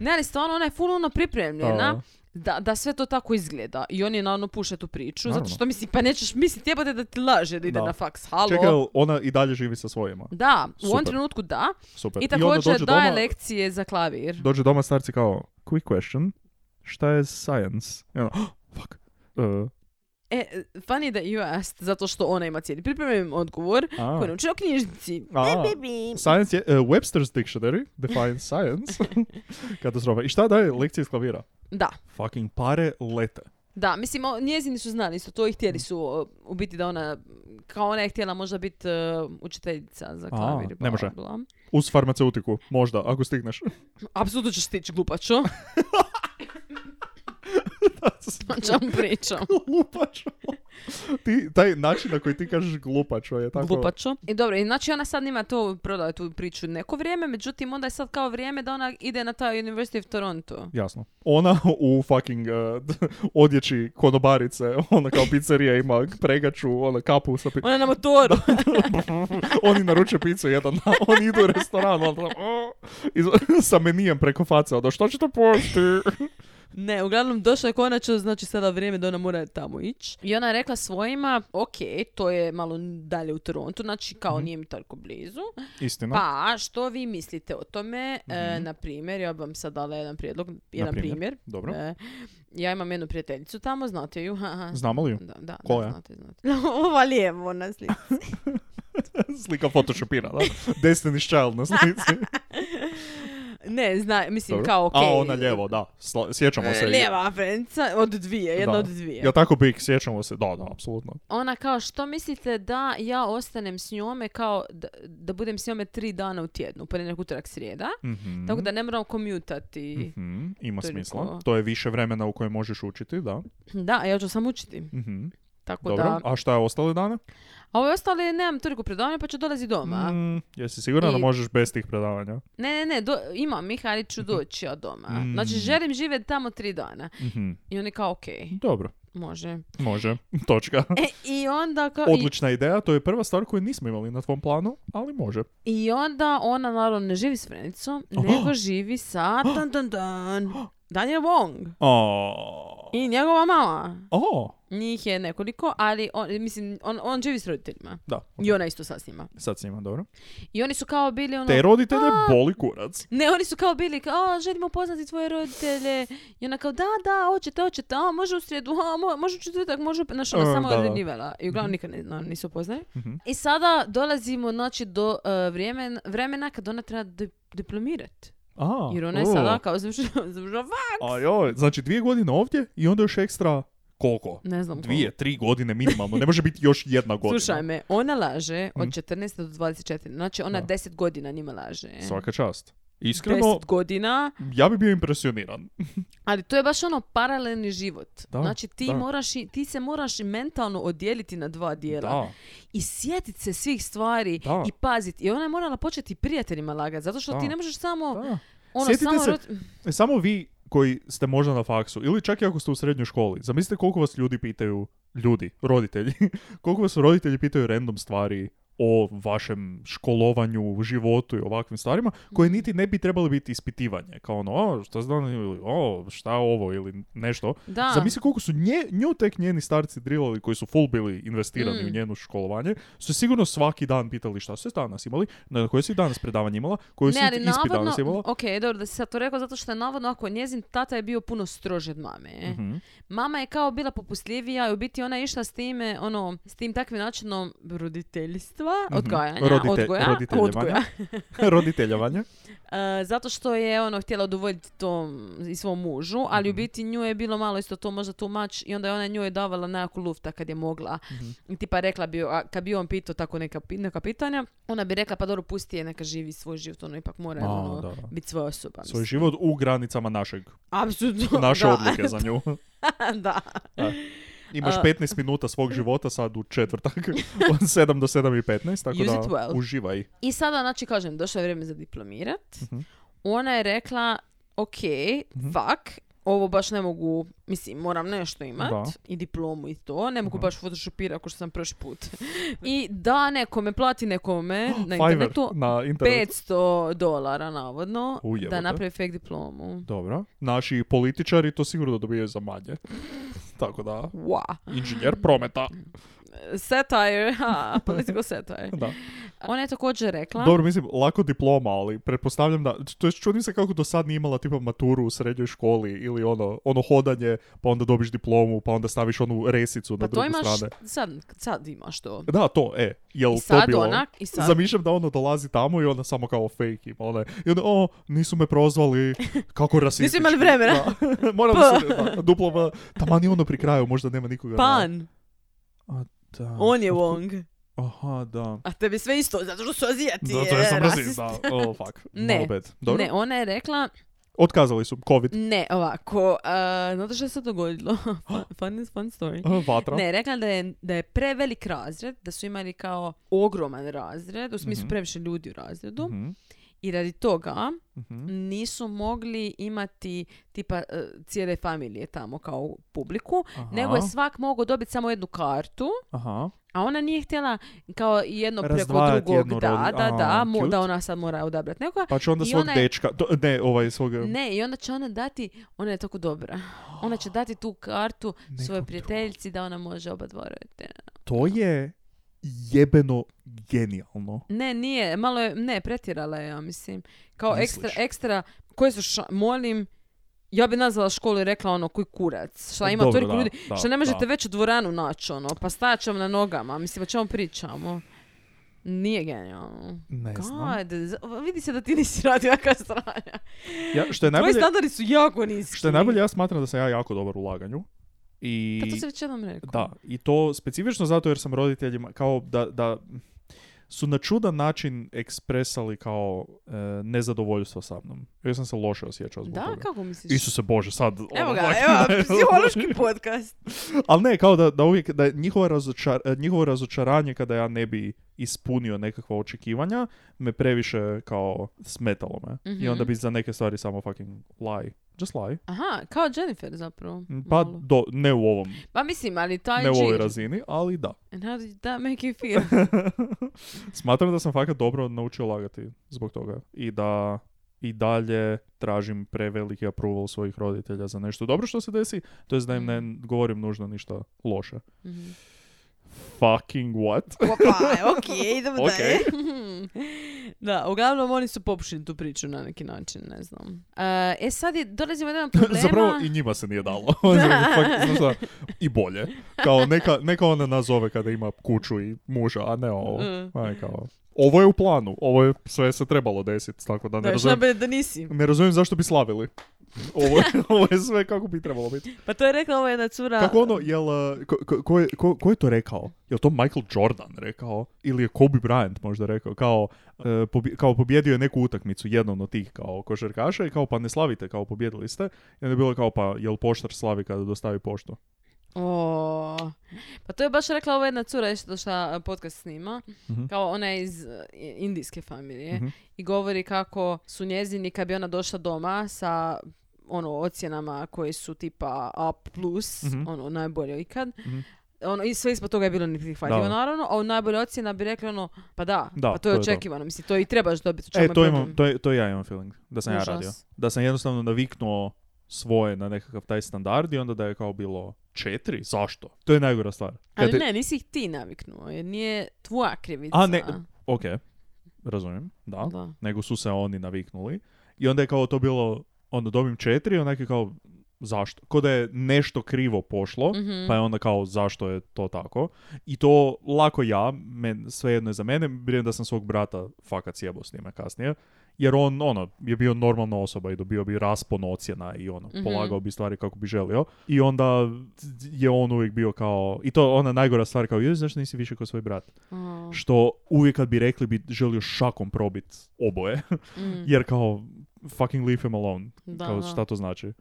E: Ne, ali stvarno ona je full ono pripremljena.
D: Da.
E: Da, da sve to tako izgleda i oni naravno puše tu priču
D: Naravno.
E: zato što misli pa nećeš misliti jebate da ti laže da ide
D: Da.
E: na faks, halo.
D: Čekaj, jel ona i dalje živi sa svojima.
E: Da, u ovom
D: Super.
E: trenutku da.
D: Super.
E: I
D: onda
E: također
D: dođe
E: daje
D: doma,
E: lekcije za klavir.
D: dođe doma starci kao, quick question, šta je science? I ono, "Oh, fuck. Uh,
E: E, funny that you asked, zato što ona ima cijeli pripremljen odgovor
D: a,
E: koji je naučila u knjižnici.
D: a, Science je, uh, Webster's Dictionary defines
E: [laughs]
D: science. Katastrofa. I šta daje lekcije iz klavira?
E: Da,
D: Fucking pare lete.
E: Da, mislim, o- njezini su znali isto to i htjeli su o, u biti da ona, kao ona je htjela možda biti e, učiteljica za klavir. i bla,
D: ne može.
E: bla.
D: Uz farmaceutiku, možda, ako stigneš. [laughs]
E: Apsolutno ćeš stići, glupačo. o čemu pričam?
D: glupačo. ti, taj način na koji ti kažeš glupačo je tako...
E: Glupačo. I dobro, i znači ona sad ima to, prodala je tu priču neko vrijeme, međutim onda je sad kao vrijeme da ona ide na taj University of Toronto.
D: Jasno. Ona u fucking uh, odjeći konobarice, ona kao pizzerija ima pregaču, ona kapu sa pi-
E: Ona na motoru.
D: Oni naruče picu jedan, dan, oni idu u restoran, ona tamo, "O", iz- [laughs] sa menijem preko face, ono što ćete posti?
E: Ne, uglavnom došla je konačno, znači sada vrijeme da ona mora tamo ići. I ona je rekla svojima, ok, to je malo dalje u Torontu, znači kao nije mi toliko blizu.
D: Istina.
E: Pa, što vi mislite o tome? E, na primjer, ja bi vam sad dala jedan prijedlog, jedan
D: primjer.
E: primjer.
D: Dobro.
E: E, ja imam jednu prijateljicu tamo, znate ju. haha.
D: Znamo
E: [laughs]
D: li ju?
E: Da, da,
D: Koja?
E: da, znate, znate. [laughs] Ova lijevo na slici.
D: Slika photoshopira, da? [laughs] Destiny's Child na slici.
E: [laughs] Ne, zna, mislim,
D: Dobro.
E: kao okej. E,
D: A ona lijevo, da. Sla- sjećamo se.
E: Lijeva friendica od dvije, jedna
D: Da.
E: od dvije.
D: Ja tako bih, sjećamo se. Da, da, apsolutno.
E: Ona kao, što mislite da ja ostanem s njome kao da, da budem s njome tri dana u tjednu, ponedjeljak, utorak, srijeda,
D: Mhm.
E: tako da ne moram komjutati.
D: Mhm, Ima
E: To je
D: smisla.
E: niko-
D: To je više vremena u kojem možeš učiti, da.
E: Da, a ja ću sam učiti.
D: Mhm.
E: Tako
D: Dobro,
E: da...
D: a šta je ostale dane?
E: A ove ostale nemam toliko predavanja pa ću dolazi doma.
D: Mm, jesi siguran da
E: I-
D: možeš bez tih predavanja?
E: Ne, ne, ne, do, imam ih, ali
D: Mhm.
E: ću doći od doma.
D: Mm.
E: Znači, želim živjeti tamo tri dana.
D: Mhm.
E: I oni kao, ok,
D: Dobro,
E: može.
D: može, [laughs] točka.
E: E, i onda kao... i-
D: Odlična ideja, to je prva stvar koju nismo imali na tvom planu, ali može.
E: I onda ona naravno ne živi s Frenicom, nego živi
D: [gasps]
E: sa dan, dan, dan, Daniel Wong
D: O,
E: i njegova mama.
D: o
E: Njih je nekoliko, ali on, mislim, on, on živi s roditeljima.
D: da,
E: I ona isto sa s njima.
D: sad si ima, dobro.
E: I oni su kao bili ono...
D: Te roditelje boli kurac.
E: Ne, oni su kao bili kao, "A, želimo upoznati tvoje roditelje. I ona kao, da, da, hoćete, hoćete, a, može u srijedu, a, mo- može u četvrtak, može, u pe-" znaš, ona
D: E,
E: samo
D: da, da.
E: odrednjivala. I uglavnom nikad ne, no, nisu upoznali.
D: Mhm.
E: I sada dolazimo, znači, do e, vrijemen- vremena kad ona treba di- diplomirat.
D: A,
E: Jer ona je
D: o.
E: sada kao završila, [laughs] završila, fa-
D: Ajoj, znači dvije godine ovdje i onda još ekstra koliko?
E: ne znam koliko.
D: Dvije, tri godine minimalno, ne može biti još jedna
E: [laughs]
D: godina.
E: Slušaj me, ona laže od
D: Mhm.
E: 14 do 24, znači ona
D: Da.
E: 10 godina njima laže.
D: Svaka čast. Iskreno,
E: 10 godina,
D: ja bi bio impresioniran.
E: ali to je baš ono paralelni život.
D: Da,
E: znači ti,
D: da.
E: moraš, i- ti se moraš i mentalno odijeliti na dva dijela.
D: Da.
E: I sjetit se svih stvari
D: Da.
E: i pazit. I ona je morala početi prijateljima lagati, zato što
D: Da.
E: ti ne možeš samo...
D: da.
E: Ono,
D: Sjetite
E: samo
D: se-
E: rot-
D: E, Samo vi koji ste možda na faksu ili čak i ako ste u srednjoj školi, zamislite koliko vas ljudi pitaju, ljudi, roditelji, [laughs] koliko vas roditelji pitaju random stvari o vašem školovanju, životu i ovakvim stvarima,
E: Mhm.
D: koje niti ne bi trebali biti ispitivanje. Kao ono, o, šta znam, ili o, šta ovo, ili nešto.
E: Da.
D: Zamisli koliko su nje, nju tek njeni starci drilali koji su full bili investirani
E: Mm.
D: u njeno školovanje, su sigurno svaki dan pitali šta ste danas imali, na koje si danas predavanje imala, koju si
E: Ne, ali
D: ispit
E: navodno,
D: danas imala.
E: ok, dobro da si sad to rekao, zato što je navodno ako njezin tata je bio puno stroži od mame. e.
D: Mhm.
E: Mama je kao bila popustljivija i u biti ona je išla s time, ono, s tim takvim načinom roditeljstva,
D: Mhm.
E: odgajanja,
D: Rodite-
E: odgoja,
D: roditeljevanja.
E: odgoja. [laughs]
D: Roditeljevanje.
E: E, zato što je ono htjela udovoljiti tom i svom mužu, ali
D: Mhm.
E: u biti nju je bilo malo isto to možda tumač i onda je ona njoj davala nekakvu lufta kad je mogla.
D: Mhm.
E: I Tipa rekla bi, joj, a kad bi on pitao tako neka, pi- neka pitanja, ona bi rekla pa dobro pusti je neka živi svoj život, ono ipak mora
D: A,
E: ono,
D: da, da.
E: biti svoja osoba.
D: Svoj
E: mislim.
D: život u granicama našeg,
E: Apsolutno, [laughs]
D: naše
E: da.
D: odluke za nju.
E: [laughs] da.
D: Imaš
E: A-
D: 15 minuta svog života sad u četvrtak,
E: [laughs]
D: od 7 do 7 i 15, tako
E: Use
D: da
E: it well.
D: uživaj.
E: I sada, znači, kažem, došlo je vrijeme za diplomirat.
D: Mhm.
E: Ona je rekla, ok, fuck, ovo baš ne mogu, mislim, moram nešto imat
D: Da. Mhm.
E: i diplomu i to, ne mogu baš photoshopirat kao što sam prošli put. [laughs] I da nekome, plati
D: [gasps]
E: nekome na
D: Fiverr
E: internetu
D: na internetu.
E: 500 dolara, navodno,
D: U, jebote.
E: da napravi fake diplomu.
D: Dobro. Naši
E: [laughs]
D: političari to sigurno dobijaju za manje. Tako da,
E: Wow.
D: inženjer prometa.
E: satire, ha,
D: [laughs]
E: political satire.
D: Da.
E: Ona je također rekla...
D: Dobro, mislim, lako diploma, ali pretpostavljam da... To je čudim se kako do sad nije imala tipa maturu u srednjoj školi ili ono, ono hodanje, pa onda dobiš diplomu, pa onda staviš onu resicu
E: pa
D: na
E: to
D: drugu
E: imaš,
D: stranu.
E: sad, sad imaš to.
D: Da, to, e. Jel
E: I
D: to
E: sad
D: bilo?
E: ona, i sad,
D: Zamišljam da ono dolazi tamo i onda samo kao fake ima. Ona, je- I onda, o, nisu me prozvali, kako rasistički.
E: imali vremena.
D: [laughs] Da. Moram se, da, duploma, taman je ono pri kraju, možda nema nikoga. na-
E: pan,
D: Da.
E: on
D: [laughs]
E: je Wong.
D: Aha, da.
E: A tebi sve isto, zato što su azijati,
D: Zato jer sam
E: e,
D: rasist,
E: rasist.
D: da. Oh, fuck.
E: Ne.
D: Malo bad. Dobro.
E: Ne, ona je rekla,
D: Otkazali su COVID.
E: ne, ovako, uh, znate što se
D: [gasps]
E: dogodilo? fun, fun, fun story.
D: Eh, Vatra.
E: Ne, rekla je da je, da je prevelik razred, da su imali kao ogroman razred, u smislu
D: Mhm.
E: previše ljudi u razredu
D: Mhm,
E: i radi toga
D: mhm.
E: nisu mogli imati tipa e, cijele familije tamo kao publiku, nego je
D: Aha,
E: svak mogao dobiti samo jednu kartu,
D: Aha.
E: a ona nije htjela kao jedno preko
D: Razdvajati
E: drugog,
D: jedno
E: da,
D: rodi-
E: da,
D: a,
E: da, mu-
D: cute.
E: da ona sad mora odabrati nekoga.
D: Pa će onda
E: I
D: svog
E: ona je-
D: dečka... to- ne, ovaj svog...
E: Ne, i onda će ona dati, ona je tako dobra. Ona će dati tu kartu svojoj
D: drugom.
E: prijateljici da ona može oba dva roditelja.
D: To je jebeno genijalno.
E: Ne, nije, malo je, ne, pretjerala je, ja mislim. Kao
D: Misliš?
E: ekstra, ekstra, koje su, ša- molim, ja bi nazvala školu i rekla ono, koji kurac, šta ima
D: E, Dobro,
E: toliko
D: da,
E: ljudi,
D: da,
E: šta ne možete
D: da.
E: već u dvoranu naći, ono, pa stajat ćemo na nogama, mislim, o čemu pričamo. Nije genijalno.
D: Ne E, znam.
E: God, z- vidi se da ti nisi radio jaka stranja.
D: Ja, što
E: Tvoji
D: je najbolje...
E: standardi su jako niski.
D: Što je najbolje, ja smatram da sam ja jako dobar u laganju. I...
E: Pa to si već jednom rekao.
D: Da, i to specifično zato jer sam roditeljima kao da, da su na čudan način ekspresali kao e, nezadovoljstvo sa mnom. Ja sam se loše osjećao zbog
E: Da,
D: toga.
E: kako misliš?
D: Isuse Bože, sad...
E: Evo
D: ono,
E: ga,
D: [laughs] fuck.
E: evo,
D: [laughs]
E: psihološki podcast.
D: Ali ne, kao da, da uvijek, da je njihovo, razočar, eh, njihovo razočaranje kada ja ne bi ispunio nekakva očekivanja, me previše kao smetalo me. I onda
E: Mhm.
D: bi za neke stvari samo fucking lie. Just lie.
E: Aha, kao Jennifer zapravo.
D: Pa
E: malo.
D: do, ne u ovom,
E: Pa mislim, ali taj
D: ne u ovoj
E: džir. [laughs]
D: razini, ali da. [laughs]
E: And how did that make you feel?
D: Smatram da sam fakat dobro naučio lagati zbog toga. I da i dalje tražim preveliki approval svojih roditelja za nešto dobro što se desi, to jest da im ne govorim nužno ništa loše.
E: Mhm.
D: Fucking what?
E: Opa,
D: [laughs]
E: okej, idemo
D: Ok.
E: dalje. [laughs] da, uglavnom oni su popušili tu priču na neki način, ne znam. E, E sad je, dolazimo do
D: [laughs]
E: jednog problema.
D: Zapravo i njima se nije dalo. [laughs] Fak- znaš šta, I bolje. Kao neka, neka ona nazove kada ima kuću i muža, a ne ovo.
E: Mm.
D: Aj, kao, ovo je u planu, ovo je sve se trebalo desiti, tako da
E: Da, još
D: ne razumijem,
E: najbolje da nisi.
D: ne razumijem zašto bi slavili. Ovo, je- [laughs] ovo je sve kako bi trebalo biti.
E: Pa to je rekla ova jedna cura.
D: Kako ono, jel, uh, ko, ko- ko je, ko- ko je to rekao? Jel to Michael Jordan rekao? Ili je Kobe Bryant možda rekao? Kao, e, pobje- kao pobjedio je neku utakmicu, jednom od tih kao košarkaša i kao pa ne slavite, kao pobjedili ste. I onda je bilo kao pa jel poštar slavi kada dostavi poštu?
E: O, pa to je baš rekla ova jedna cura isto šta e, podcast snima.
D: Mhm.
E: Kao ona je iz e, indijske familije
D: Mhm.
E: i govori kako su njezini kad bi ona došla doma sa ono ocjenama koje su tipa A+,
D: Mhm.
E: ono najbolje ikad.
D: Mhm.
E: Ono, i sve ispod toga je bilo neprihvatljivo,
D: Da.
E: naravno, a u najbolje ocjena bi rekli ono, pa da,
D: Da,
E: pa to je
D: to je to.
E: očekivano, mislim, to i trebaš dobiti. u čemu
D: E,
E: je
D: to,
E: problem.
D: imam, to, je, to ja imam feeling, da sam
E: Užas.
D: ja radio. Da sam jednostavno naviknuo svoje na nekakav taj standard i onda da je kao bilo četiri? Zašto? To je najgora stvar. Kad
E: Ali
D: je-
E: ne, nisi ih ti naviknuo, jer nije tvoja krivica.
D: A ne, ok, razumijem, da.
E: Da.
D: nego su se oni naviknuli. I onda je kao to bilo, onda dobim četiri, onak je kao, zašto? Ko da je nešto krivo pošlo,
E: Mhm.
D: pa je onda kao, zašto je to tako? I to lako ja, men, svejedno je za mene, vjerujem da sam svog brata fakat sjebao s njime kasnije, jer on, ono, je bio normalna osoba i dobio bi raspon ocjena i ono,
E: Mhm.
D: polagao bi stvari kako bi želio. I onda je on uvijek bio kao, i to ona najgora stvar kao, joj, zašto nisi više kao svoj brat?
E: A,
D: Što uvijek kad bi rekli bi želio šakom probit oboje.
E: mm.
D: Jer kao, fucking leave him alone.
E: Da,
D: kao,
E: da. Mm.
D: šta to znači?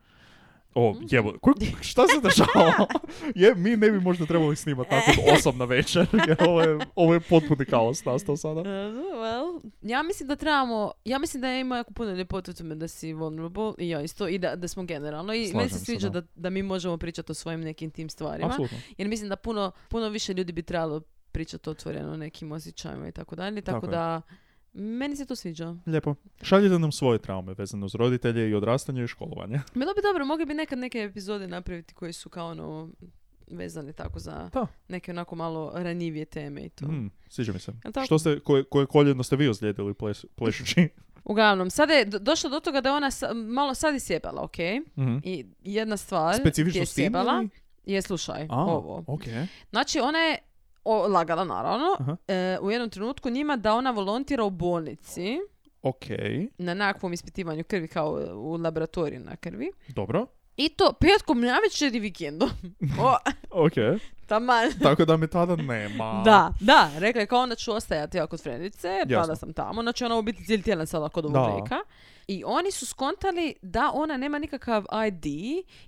D: O, jebo, ko- šta se
E: [laughs]
D: dešavalo? Je, mi ne bi možda trebali
E: E.
D: snimati nakon 8 na večer, [laughs] jer ovo je, ovo je potpuni kaos nastao sada.
E: Uh, well, ja mislim da trebamo, ja mislim da ima jako puno ljepote u tome da si vulnerable i ja isto i da, da smo generalno i meni
D: Slažem
E: se
D: se,
E: sviđa da.
D: da.
E: Da, mi možemo pričati o svojim nekim tim stvarima
D: Apsolutno.
E: jer mislim da puno, puno više ljudi bi trebalo pričati otvoreno o nekim osjećajima i tako dalje, tako
D: Tako je.
E: da meni se to sviđa.
D: Lijepo. Šaljite nam svoje traume vezane uz roditelje i odrastanje i školovanje.
E: Bilo bi dobro, mogli bi nekad neke epizode napraviti koje su kao ono vezani tako za
D: Da.
E: neke onako malo ranjivije teme i to.
D: Mm, sviđa mi se.
E: Jel tako?
D: Što ste, koje, koje koljeno ste vi ozlijedili ples,
E: [laughs]
D: plešući?
E: Uglavnom, sada je do- došlo do toga da je ona sa- malo sad je sjebala, ok?
D: Mhm.
E: I jedna stvar
D: Specifično
E: je
D: s tim
E: sjebala.
D: ili?
E: Je, slušaj,
D: A,
E: ovo.
D: ok.
E: Znači, ona je o, lagala, naravno,
D: Aha.
E: e, u jednom trenutku njima da ona volontira u bolnici
D: Ok,
E: na nekakvom ispitivanju krvi kao e, u laboratoriju na krvi.
D: dobro.
E: I to petkom navečer i
D: [laughs]
E: vikendom. O,
D: Ok,
E: taman.
D: tako da me tada nema.
E: Da, da, rekla je kao onda ću ostajati ja kod Frendice,
D: Jasno.
E: tada sam tamo, znači ona u biti cijeli tjedan sada kod ovog
D: Da.
E: lika. I oni su skontali da ona nema nikakav ID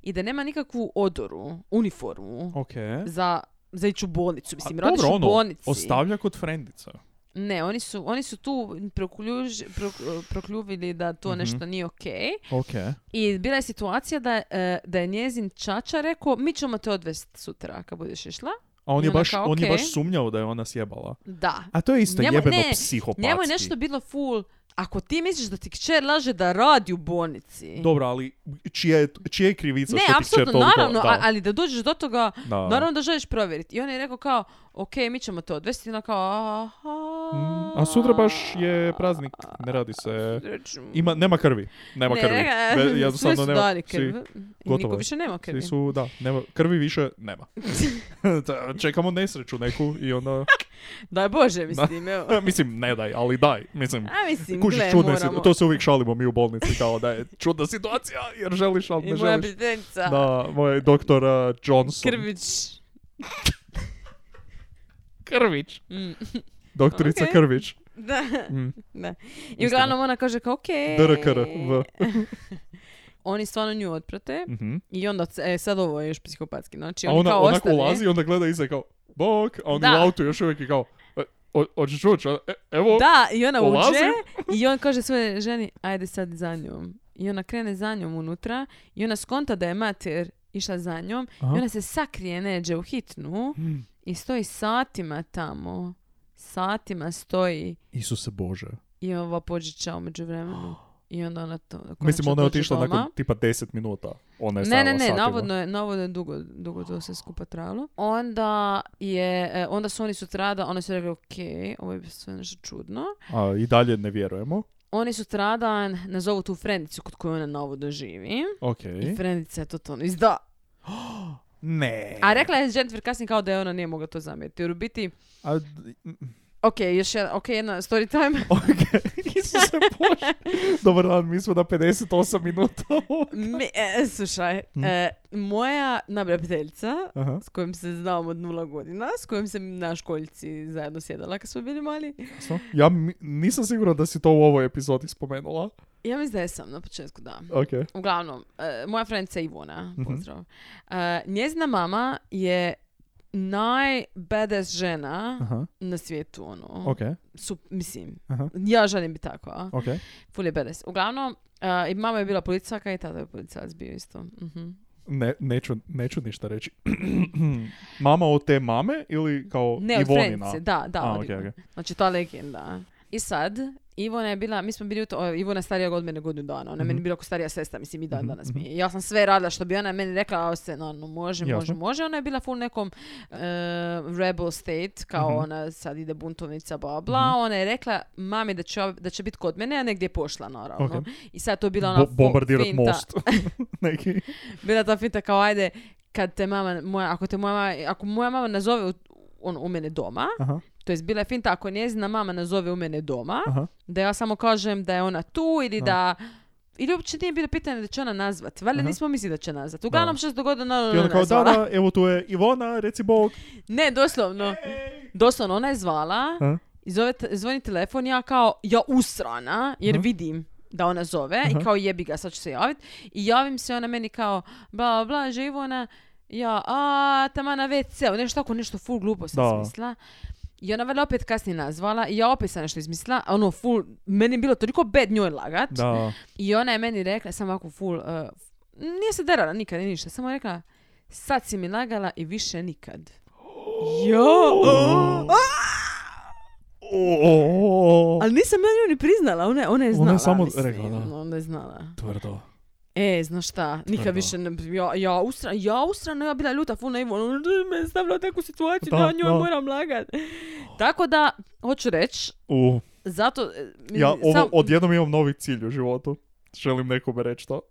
E: i da nema nikakvu odoru, uniformu
D: Ok.
E: za, za ići u bolnicu. Mislim,
D: A,
E: radiš
D: dobro,
E: u
D: ono,
E: bolnici.
D: ostavlja kod frendica.
E: Ne, oni su, oni su tu prokljuž, pro- prokljuvili da to
D: Mhm.
E: nešto nije ok.
D: Ok.
E: I bila je situacija da, e, da je njezin čača rekao mi ćemo te odvesti sutra kad budeš išla.
D: A on
E: I
D: je,
E: ona
D: baš,
E: kao,
D: on je
E: ok.
D: baš sumnjao da je ona sjebala.
E: Da.
D: A to je isto
E: Njemu-
D: jebeno
E: ne,
D: psihopatski.
E: Njemu je nešto bilo full. Ako ti misliš da ti kćer laže da radi u bolnici.
D: Dobro, ali čija je, čija je krivica
E: ne,
D: što ti kćer
E: apsolutno,
D: toliko...
E: naravno,
D: da.
E: a- ali da dođeš do toga,
D: Da.
E: naravno da želiš provjeriti. I on je rekao kao, ok, mi ćemo te odvesti. I ona kao, aha.
D: Mm, A sutra baš je praznik, ne radi se... Ima, nema krvi. Nema
E: Ne,
D: krvi.
E: ne,
D: Ve-
E: sve
D: Jednostavno
E: su
D: nema.
E: dali
D: svi-
E: krv. I
D: gotovo
E: niko
D: je.
E: više nema
D: svi
E: krvi.
D: su, da, nema, krvi više
E: [laughs]
D: nema. [laughs] Da, Čekamo nesreću neku i onda... [laughs]
E: Daj Bože, mislim, evo.
D: mislim, ne daj, ali daj. Mislim,
E: A mislim,
D: kužiš
E: gle,
D: čudne
E: moramo.
D: si- To se uvijek šalimo mi u bolnici kao da je čudna situacija jer želiš, ali
E: I
D: ne
E: moja
D: želiš.
E: prijateljica,
D: Da, moj doktor uh, Johnson.
E: krvić.
D: Krvić.
E: Mm, [laughs]
D: Doktorica
E: Ok.
D: Krvić.
E: da,
D: Mm.
E: da. I
D: Istina.
E: uglavnom ona kaže kao, okej.
D: DRKR.
E: E.
D: V.
E: Oni stvarno nju otprate
D: Mhm.
E: i onda, c- e, sad ovo je još psihopatski. Znači,
D: A
E: oni
D: ona
E: kao
D: onako
E: ostane.
D: ulazi i onda gleda iza i kao, bok, a on
E: Da.
D: u autu još uvijek i kao, e, o- hoćeš ući, a? E, evo,
E: Da, i ona
D: Ulazi.
E: uđe i on kaže svoje ženi, ajde sad za njom. I ona krene za njom unutra i ona skonta da je mater išla za njom
D: Aha. Hmm.
E: i ona se sakrije neđe u hitnu i stoji satima tamo. Satima stoji
D: Isuse Bože.
E: i ova pođića umeđu vremenu. I onda ona to...
D: Mislim,
E: konačno
D: ona je
E: dođe
D: otišla
E: doma.
D: nakon tipa 10 minuta. Ona je
E: Ne,
D: stajala
E: ne, ne,
D: satima.
E: navodno je, navodno je dugo, dugo to sve skupa trajalo. Onda je, e, onda su oni sutrada, oni su rekli, ok, ovo je sve nešto čudno.
D: A, I dalje ne vjerujemo.
E: Oni sutradan nazovu tu frendicu kod koje ona navodno živi.
D: Ok.
E: I frendica je totalno izda.
D: Ne.
E: A rekla je Jennifer kasnije kao da je ona nije mogla to zamjeriti. Jer u biti,
D: A,
E: ok, još jedna, ok, jedna story time.
D: ok, [laughs] Isuse Bože. Dobar dan, mi smo na 58 minuta.
E: Mi, e, slušaj, e, moja nabra prijateljica
D: [laughs] Aha.
E: s kojom se znam od nula godina, s kojom sam na školjci zajedno sjedala kad smo bili mali.
D: Jasno. Ja mi- nisam siguran da si to u ovoj epizodi spomenula.
E: Ja mislim da sam na početku, da.
D: Ok.
E: Uglavnom, e, moja frendica Ivona,
D: Mhm.
E: pozdrav. E, njezina mama je najbadass žena
D: Aha.
E: na svijetu, ono.
D: Ok.
E: Su, mislim,
D: Aha.
E: ja želim biti tako, a?
D: Ok.
E: Ful je badass. Uglavnom, e, i mama je bila policajka i tada je policajac bio isto. Mhm.
D: Ne, neću, neću ništa reći. [clears throat] Mama od te mame ili kao
E: Ne, od
D: Ivonina?
E: Frendice, da, da.
D: A,
E: od
D: ok,
E: Ivone.
D: ok.
E: Znači, ta legenda. I sad, Ivona je bila, mi smo bili u to, o, Ivona je starija od mene godinu dana, ona je meni
D: Mhm.
E: bila ko starija sestra, mislim i dan danas mi je. Ja sam sve radila što bi ona meni rekla, a se, no, no, može, može,
D: Jasno.
E: može. Ona je bila full nekom e, rebel state, kao
D: Mhm.
E: ona sad ide buntovnica, bla, bla.
D: Mhm.
E: Ona je rekla mami da će, ov- da će biti kod mene, a negdje je pošla, naravno.
D: Ok.
E: I sad to je bila ona
D: Bo-
E: fo-
D: bombardirat
E: finta-
D: most. [laughs] Neki.
E: bila ta finta kao ajde kad te mama moja ako te moja mama, ako moja mama nazove u, on u mene doma
D: Aha,
E: to jest bila je finta ako njezina mama nazove u mene doma [laughs]
D: aha.
E: da ja samo kažem da je ona tu ili da ili uopće nije bilo pitanje da će ona nazvat. Valjda
D: Aha.
E: nismo mislili da će nazvat. Uglavnom što se dogodilo, ona
D: I
E: ona
D: onda kao, da,
E: nazvala.
D: da, evo tu je Ivona, reci Bog.
E: Ne, doslovno. Doslovno, ona je zvala.
D: Aha.
E: I zove, te- zvoni telefon, ja kao, ja usrana, jer
D: Aha.
E: vidim da ona zove
D: Aha.
E: i kao jebi ga, sad ću se javit. I javim se, ona meni kao, bla, bla, bla, Živona, ja, a, tama na WC-u, nešto tako, nešto full glupo sam
D: Da.
E: smislila. I ona valjda opet kasnije nazvala i ja opet sam nešto izmislila, a ono full, meni je bilo toliko bed njoj lagat. [laughs]
D: Da.
E: I ona je meni rekla, samo ovako full, uh, nije se derala nikad, ni ništa, samo je rekla, sad si mi lagala i više nikad.
D: [gasps]
E: Jo!
D: O,
E: Ali nisam ja nju ni priznala, ona, je- ona je znala.
D: Ona je samo
E: mislim,
D: rekla, da.
E: Ona je znala.
D: Tvrdo.
E: E, znaš šta, nikad više ne, ja, ja ustra, ja ustrano, ja bila ljuta, ful naivu, ono, "Ne, me je stavila u takvu situaciju da,
D: Da,
E: o njoj
D: da.
E: moram lagat. Tako da, hoću reći,
D: U,
E: zato... e,
D: ja ovo,
E: sam-
D: odjednom imam novi cilj u životu. Želim nekome
E: [laughs]
D: reći to.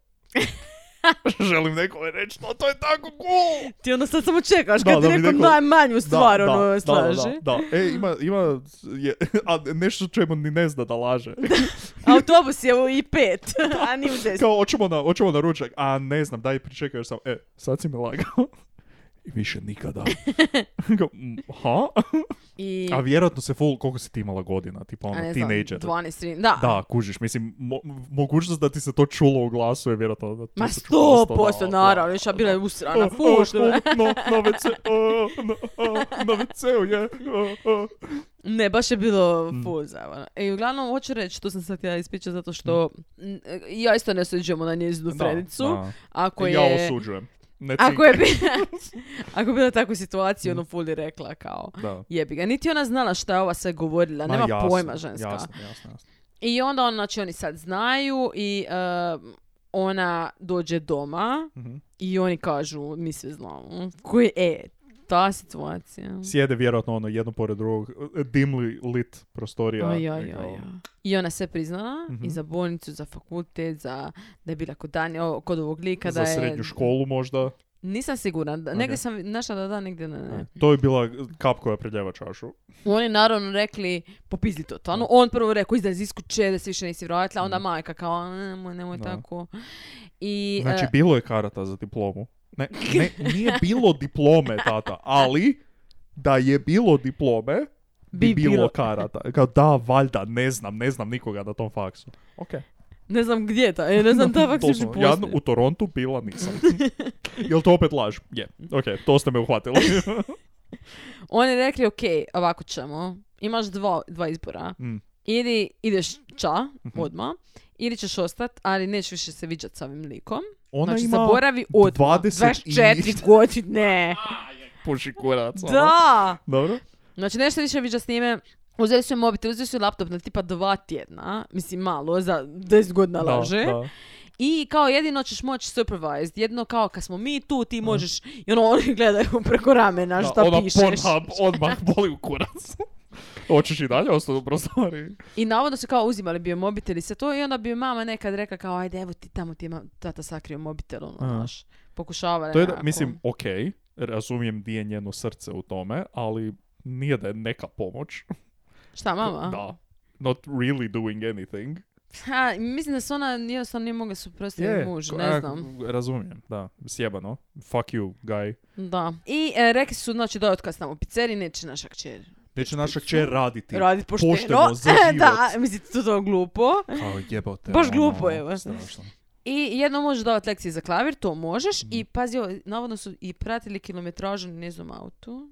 D: Želim nekome reći to, to je tako cool!
E: Ti onda sad samo čekaš
D: Da,
E: kad ti
D: da mi
E: neko
D: neko-
E: najmanju stvar
D: da,
E: ono,
D: da, da,
E: slaži.
D: da, da. E, ima, ima je, a nešto čemu ni ne zna da laže.
E: Autobus je u i5, [laughs] a ni u 10.
D: Kao, hoćemo na, hoćemo na ručak, a ne znam, daj pričekaj još sam, e, sad si me lagao. I više
E: [laughs]
D: nikada. Kao, "Mm, ha?
E: I,
D: A vjerojatno se full, koliko si ti imala godina, tipa
E: a
D: ono,
E: ne znam,
D: teenager.
E: 12, 13, da.
D: Da, kužiš, mislim, mo- mogućnost da ti se to čulo u glasu je vjerojatno da
E: Ma
D: tisuću posto,
E: sto
D: da,
E: posto,
D: da.
E: naravno, još ja bila je
D: O,
E: usrana,
D: o,
E: ful, što-
D: o, no, na WC, o, na, o, na WC-u je. o, o.
E: Ne, baš je bilo
D: Mm.
E: full zajebano. E, uglavnom, hoću reći, to sam sad ja ispričao zato što n- e, ja isto ne suđemo na njezinu
D: Mm. Da,
E: fredicu.
D: da.
E: Ako je...
D: Ja osuđujem. Ne
E: Ako
D: cinkaj.
E: je
D: [laughs]
E: bila, [laughs] ako je bila takva
D: Mm.
E: situacija, ono full je rekla kao
D: Da.
E: jebi ga. Niti ona znala šta je ova sve govorila,
D: Ma
E: nema
D: jasno,
E: pojma ženska.
D: Jasno, jasno, jasno.
E: I onda on, znači oni sad znaju i e, ona dođe doma
D: Mhm.
E: i oni kažu mi sve znamo. Koji e, ta situacija.
D: Sjede vjerojatno ono jedno pored drugog, e, dimli lit prostorija. e,
E: Oj, oj,
D: i kao-
E: oj, oj. I ona sve priznala
D: Mhm.
E: i za bolnicu, za fakultet, za da je bila kod Danja, o, kod ovog lika da
D: Za
E: je...
D: srednju školu možda.
E: Nisam sigurna, da- negdje
D: Ok.
E: sam našla da da, negdje ne. ne.
D: To je bila kap koja preljeva čašu.
E: Oni naravno rekli, popizli to tamo. On prvo rekao, izdazi iz kuće, da se više nisi vratila, onda majka kao, nemoj, nemoj
D: Mhm. Da.
E: tako. I,
D: Znači,
E: e,
D: bilo je karata za diplomu. Ne, ne, nije bilo diplome, tata, ali da je bilo diplome, bi,
E: Bi
D: bilo,
E: bilo.
D: karata. Kao, da, valjda, ne znam, ne znam nikoga na tom faksu. Ok.
E: ne znam gdje je ta, e, ne
D: [laughs]
E: znam ta fakt
D: To sam,
E: uopće
D: ja
E: postoji.
D: u Torontu bila nisam. [laughs] Jel to opet laž? Je. Ok, to ste me
E: [laughs]
D: uhvatili.
E: Oni rekli, ok, ovako ćemo, imaš dva, dva izbora.
D: Mm. Mhm.
E: Ili ideš ča, odmah, ili ćeš ostat, ali nećeš više se viđat s ovim likom.
D: Ona
E: znači,
D: ima
E: zaboravi odmah.
D: 20 i- [laughs]
E: 24 godine.
D: puši kurac. ono.
E: Da!
D: Dobro.
E: Znači, nešto više viđa s njime. Uzeli su joj mobitel, uzeli su joj laptop na tipa dva tjedna, mislim malo, za 10 godina
D: Da,
E: laže.
D: da.
E: I kao jedino ćeš moći supervised, jedno kao kad smo mi tu, ti možeš, i ono, oni gledaju preko ramena
D: Mhm. Da,
E: šta
D: ona
E: pišeš.
D: Pornhub odmah boli u kurac. [laughs] Hoćeš i dalje ostati u prostoriji?
E: I navodno su kao uzimali bio mobitel i sve to i onda bi joj mama nekad rekla kao ajde evo ti tamo ti je ma- tata sakrio mobitel ono
D: Aha.
E: znaš. Pokušavala
D: To je, da,
E: nekako.
D: mislim, ok, razumijem di je njeno srce u tome, ali nije da je neka pomoć.
E: Šta
D: [laughs]
E: mama?
D: Da. Not really doing anything.
E: Ha, mislim da se ona jednostavno nije mogla suprotstaviti mužu, ne
D: a,
E: znam.
D: Razumijem, da. Sjebano. Fuck you, guy.
E: Da. I e, rekli su znači da je otkaz tamo u pizzeriji, neće naša kćer
D: Neće naša kćer raditi.
E: radit pošteno. [laughs]
D: pošteno za život.
E: da, mislim to je to glupo.
D: Kao jebote.
E: Baš
D: ono,
E: glupo je, ba.
D: strašno.
E: I jedno možeš davati lekcije za klavir, to možeš.
D: Mm.
E: I pazi, ovo, navodno su i pratili kilometražu na njezom autu.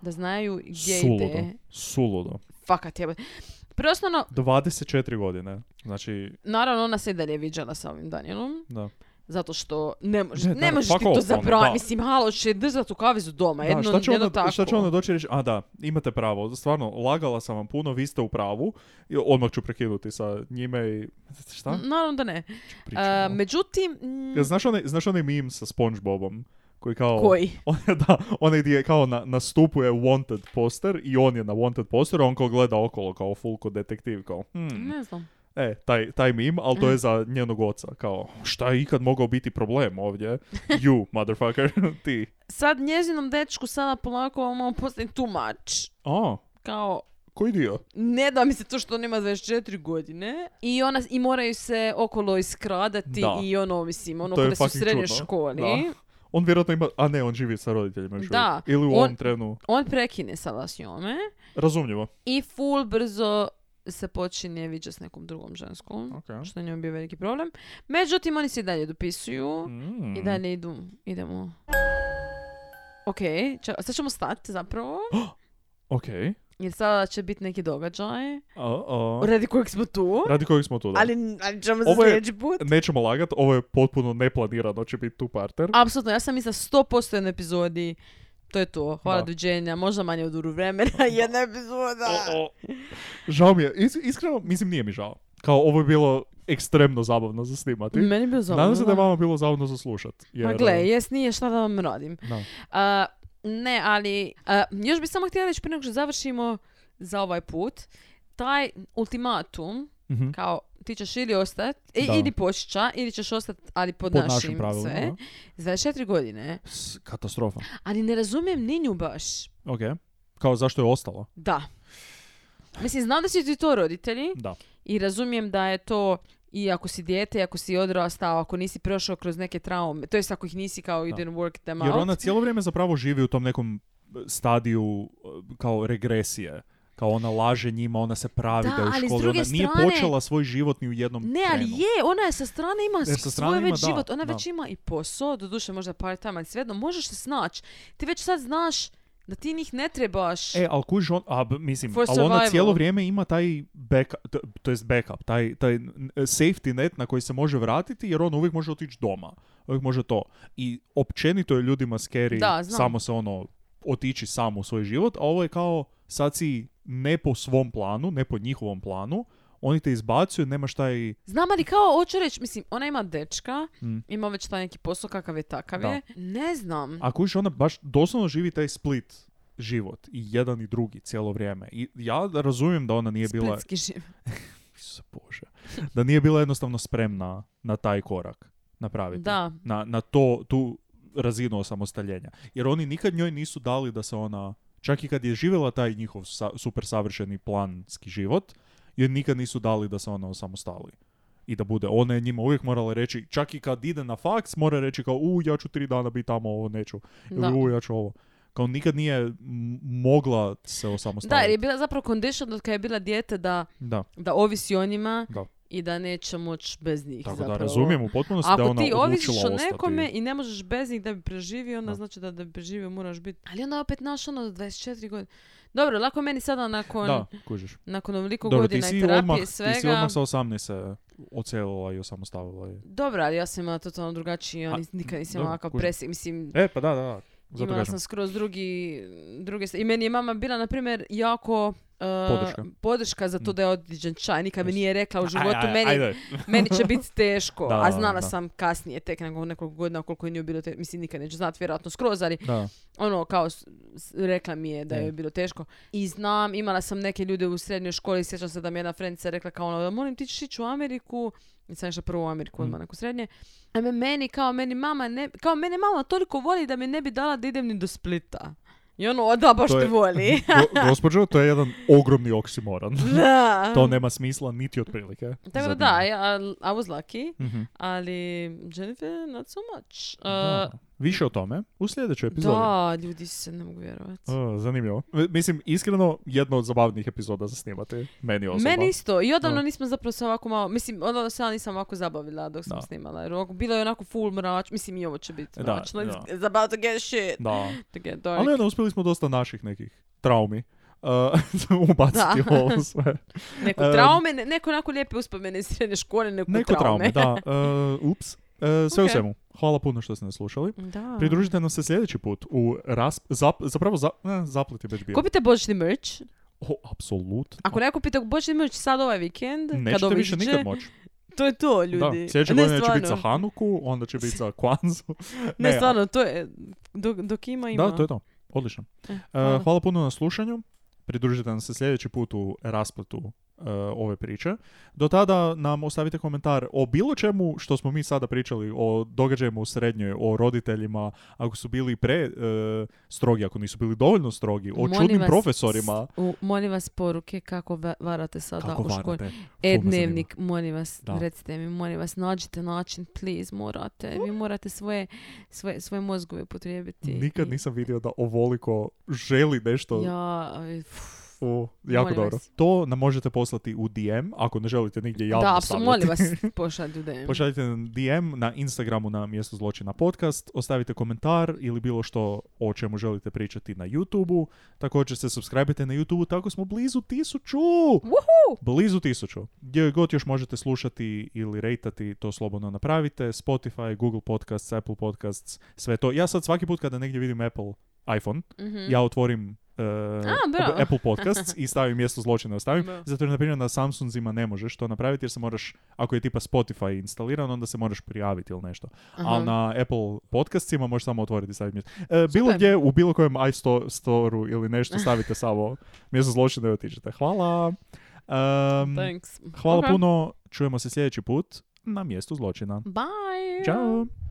E: Da znaju gdje
D: Suludo.
E: ide.
D: Suludo.
E: Fakat jebote. ono, Prvo osnovno,
D: 24 godine. Znači,
E: naravno ona se i dalje viđala sa ovim Danielom.
D: da.
E: Zato što
D: [laughs]
E: ne, možeš,
D: Ne,
E: ne,
D: naravno,
E: možeš
D: fuck
E: ti to
D: off, ono,
E: zabraniti.
D: da.
E: Mislim, halo, će držati u kavizu doma.
D: Da,
E: jedno,
D: šta će,
E: jedno
D: ona,
E: tako.
D: šta će ona doći i reći, a da, imate pravo, stvarno, lagala sam vam puno, vi ste u pravu, i odmah ću prekinuti sa njime i... Šta?
E: N- Naravno da ne.
D: Pričamo.
E: A, međutim, mm,
D: Jel znaš onaj, znaš onaj meme sa Spongebobom? Koji kao...
E: koji?
D: [laughs] On, da, onaj gdje je kao na, na stupu je wanted poster i on je na wanted posteru, on kao gleda okolo kao full ko detektiv, kao hmm,
E: Ne znam.
D: e, taj, taj meme, ali
E: Mm.
D: to je za njenog oca, kao šta je ikad mogao biti problem ovdje? You, motherfucker, [laughs] ti.
E: Sad njezinom dečku sada polako ono postane tumač.
D: A,
E: Kao,
D: koji dio?
E: ne da mi se to što on ima 24 godine i ona i moraju se okolo iskradati
D: Da.
E: i ono mislim ono
D: To je
E: kada su u
D: fucking
E: srednjoj
D: čudno.
E: školi
D: Da. On vjerojatno ima, a ne, on živi sa roditeljima još
E: Pa Da,
D: uvijek. Ili u
E: on-
D: ovom trenu.
E: on prekine sada s njome
D: Razumljivo.
E: i full brzo se počinje viđati s nekom drugom ženskom
D: Ok.
E: što je njemu bio veliki problem međutim oni se i dalje dopisuju
D: Mm.
E: i dalje idu idemo Ok, ča- sad ćemo stati zapravo,
D: Ok.
E: jer sada će biti neki događaj,
D: A, a.
E: radi kojeg smo tu,
D: Radi kojeg smo tu, da.
E: ali, ali ćemo za
D: Ovo je-
E: sljedeći put.
D: Nećemo lagat, ovo je potpuno neplanirano, će biti tu parter.
E: Apsolutno, ja sam mislila 100% jednoj epizodi. To je to. Hvala,
D: Da.
E: doviđenja. Možda manje od uru vremena, jedna epizoda.
D: O, o. Žao mi je, Is- iskreno, mislim nije mi žao. Kao ovo je bilo ekstremno zabavno za snimati.
E: Meni bi
D: Nadam se da je vama bilo zabavno za slušat.
E: Mm, Ma
D: jer,
E: gle, jes nije šta da vam radim.
D: da.
E: A, ne, ali a, još bi samo htjela reći prije nego što završimo za ovaj put, taj ultimatum,
D: Mhm.
E: kao ti ćeš ili ostati,
D: Da.
E: ili počića, ili ćeš ostati, ali pod,
D: Pod našim pravilima,
E: sve,
D: da.
E: za 24 godine.
D: S- Katastrofa.
E: Ali ne razumijem Ninju baš.
D: Ok. Kao zašto je ostalo?
E: Da. Mislim, znam da su ti to roditelji
D: Da.
E: i razumijem da je to i ako si dijete, i ako si odrastao, ako nisi prošao kroz neke traume, to jest ako ih nisi kao you
D: Da.
E: didn't work them
D: Jer
E: out.
D: ona cijelo vrijeme zapravo živi u tom nekom eh, stadiju eh, kao regresije. Kao ona laže njima, ona se pravi
E: Da,
D: da, je u
E: ali s
D: školi.
E: druge
D: Ona nije
E: strane-
D: počela svoj život ni u jednom
E: Ne, ali
D: trenu.
E: je, ona je sa strane ima
D: sa
E: svoj
D: strane ima,
E: već
D: da,
E: život, ona
D: da.
E: već ima i posao, doduše možda par time, ali svejedno, možeš se snaći. Ti već sad znaš da ti njih ne trebaš.
D: E, ali kuži, on, a, b- mislim,
E: For
D: ali ona
E: survival.
D: cijelo vrijeme ima taj backup, to, to jest backup, taj, taj n- safety net na koji se može vratiti, jer on uvijek može otići doma. Uvijek može to. I općenito je ljudima scary
E: Da, znam.
D: samo se ono otići sam u svoj život, a ovo je kao sad si ne po svom planu, ne po njihovom planu, oni te izbacuju, nemaš taj...
E: Znam, ali kao, hoću reći, mislim, ona ima dečka,
D: Mm.
E: ima već taj neki posao kakav je takav
D: Da.
E: je. Ne znam.
D: A kužiš, ona baš doslovno živi taj split život i jedan i drugi cijelo vrijeme. I ja razumijem da ona nije bila...
E: Splitski živ.
D: Isuse Bože. Da nije bila jednostavno spremna na taj korak napraviti.
E: Da.
D: Na, na to, tu razinu osamostaljenja. Jer oni nikad njoj nisu dali da se ona, čak i kad je živjela taj njihov sa, super savršeni planski život, jer nikad nisu dali da se ona osamostali. I da bude, ona je njima uvijek morala reći, čak i kad ide na faks, mora reći kao, u, ja ću tri dana biti tamo, ovo neću.
E: Da.
D: Ili, u, ja ću ovo. Kao nikad nije m- mogla se
E: Da, jer je
D: osamostaliti.
E: bila zapravo condition od kada je bila dijete da,
D: Da,
E: da ovisi o njima
D: Da.
E: i da neće moći bez njih
D: tako
E: zapravo.
D: da razumijem u potpunosti da je
E: Ako
D: ona
E: ti
D: odlučila
E: ovisiš o
D: ostati.
E: nekome i ne možeš bez njih da bi preživio, onda
D: Da.
E: znači da da bi preživio moraš biti. Ali onda opet naš ono do 24 godine. Dobro, lako meni sada nakon,
D: Da, kužiš.
E: nakon ovoliko
D: Dobro, ti
E: godina i
D: si,
E: terapije
D: odmah,
E: i svega.
D: ti si odmah sa 18 se ovaj, ocelila i osamostavila. I...
E: Dobro, ali ja sam imala totalno drugačiji, ja
D: A,
E: nis- nikad nisam
D: dobro,
E: imala kao
D: kužim.
E: presjek. Mislim,
D: E, pa da, da, da. Zato
E: imala
D: kažem.
E: sam skroz drugi, druge... st- I meni je mama bila, na primjer, jako... e,
D: Podrška.
E: podrška za to
D: Mm.
E: da je odiđen čaj. Nikad mi
D: Yes.
E: nije rekla u životu,
D: Aj, aj,
E: meni,
D: ajde.
E: meni će biti teško.
D: Da,
E: a znala
D: da.
E: sam kasnije, tek nakon nekoliko godina koliko je nije bilo te, Mislim, nikad neću znati, vjerojatno skroz, ali [laughs]
D: Da,
E: ono kao s- s- rekla mi je da joj
D: Je.
E: je bilo teško i znam imala sam neke ljude u srednjoj školi sjećam se da mi je jedna frendica rekla kao ono molim ti ćeš ići u Ameriku i sam išla prvo u Ameriku
D: Mm.
E: odmah nakon srednje a me- meni kao meni mama ne, kao mene mama toliko voli da mi ne bi dala da idem ni do Splita i ono "O, da baš
D: To
E: te
D: je- [laughs]
E: voli
D: Go- gospođo, to je jedan ogromni oksimoron.
E: da
D: [laughs] to nema smisla niti otprilike.
E: Mm. tako da
D: Za
E: da
D: njih.
E: ja, e, I was lucky
D: Mhm.
E: ali Jennifer not so much Uh,
D: Da. Više o tome u sljedećoj epizodi.
E: da ljudi se ne mogu vjerovati
D: O, zanimljivo. M- Mislim, iskreno, jedna od zabavnih epizoda za snimati. Meni osobno.
E: Meni isto. I odavno
D: Da.
E: nismo zapravo se ovako malo, mislim, odavno se ja nisam ovako zabavila dok sam
D: Da.
E: snimala. Jer ovako, bilo je onako full mrač, mislim i ovo će biti
D: Da,
E: mračno.
D: da.
E: It's about to get shit.
D: Da.
E: To get dark.
D: Ali ono, uspjeli smo dosta naših nekih traumi [laughs] uh, ubaciti
E: Da.
D: u ovo sve.
E: Neko
D: em,
E: traume, ne- neko onako lijepe uspomene iz srednje škole, neko,
D: ehm, Neko traume,
E: traume.
D: da. E, ups. E, sve u
E: Ok.
D: svemu. Hvala puno što ste nas slušali.
E: Da.
D: Pridružite nam se sljedeći put u rasp... Zap, zapravo za, ne, zaplet je već bio.
E: Kupite božićni merch.
D: O, apsolutno.
E: Ako ne kupite božićni merch sad ovaj vikend, kad
D: Nećete
E: ovo
D: više
E: iziđe,
D: nikad moći.
E: To je to,
D: Da,
E: ljudi.
D: sljedeće
E: ne,
D: godine će biti za
E: stvarno.
D: Hanuku, onda
E: [laughs]
D: će biti za Kwanzu.
E: Ne,
D: Ne,
E: stvarno, to je, dok, dok ima, ima.
D: Da, to je to. Odlično.
E: Eh,
D: E,
E: hvala.
D: hvala puno na slušanju. Pridružite nam se sljedeći put u raspletu e, ove priče. Do tada nam ostavite komentar o bilo čemu što smo mi sada pričali, o događajima u srednjoj, o roditeljima, ako su bili pre e, strogi, ako nisu bili dovoljno strogi, o
E: Molim
D: čudnim
E: vas,
D: profesorima.
E: s- u- molim vas poruke kako va- varate sada
D: Kako
E: u školi.
D: varate?
E: E,
D: To me zanima.
E: dnevnik, molim vas,
D: Da.
E: recite mi, molim vas, nađite način, please, morate. Vi morate svoje, svoje, svoje mozgove potrijebiti.
D: Nikad
E: I-
D: nisam vidio da ovoliko želi nešto
E: Ja, aj, pff,
D: U, jako
E: Molim
D: dobro.
E: vas.
D: To nam možete poslati u DM, ako ne želite nigdje javno
E: da, apsolutno,
D: stavljati.
E: molim vas,
D: [laughs]
E: pošaljte u DM.
D: Pošaljite nam DM na Instagramu na mjesto zločina podcast, ostavite komentar ili bilo što o čemu želite pričati na YouTubeu. Također se subscribe na YouTubeu, tako smo blizu tisuću! Blizu tisuću. Gdje god još možete slušati ili rejtati, to slobodno napravite. Spotify, Google Podcasts, Apple Podcasts, sve to. Ja sad svaki put kada negdje vidim Apple iPhone,
E: Mhm.
D: ja otvorim e,
E: bravo.
D: Apple Podcasts i stavim mjesto zločina ostavim.
E: Da.
D: Zato jer, na primjer, na Samsungzima ne možeš to napraviti jer se moraš, ako je tipa Spotify instaliran, onda se moraš prijaviti ili nešto. Ali na Apple Podcastsima možeš samo otvoriti i staviti mjesto. E, bilo
E: Super.
D: gdje, u bilo kojem iStore storu ili nešto stavite
E: [laughs]
D: samo mjesto zločina i otiđete. Hvala. Em,
E: Thanks.
D: hvala
E: Ok.
D: puno. Čujemo se sljedeći put na mjestu zločina.
E: Bye.
D: Ćao.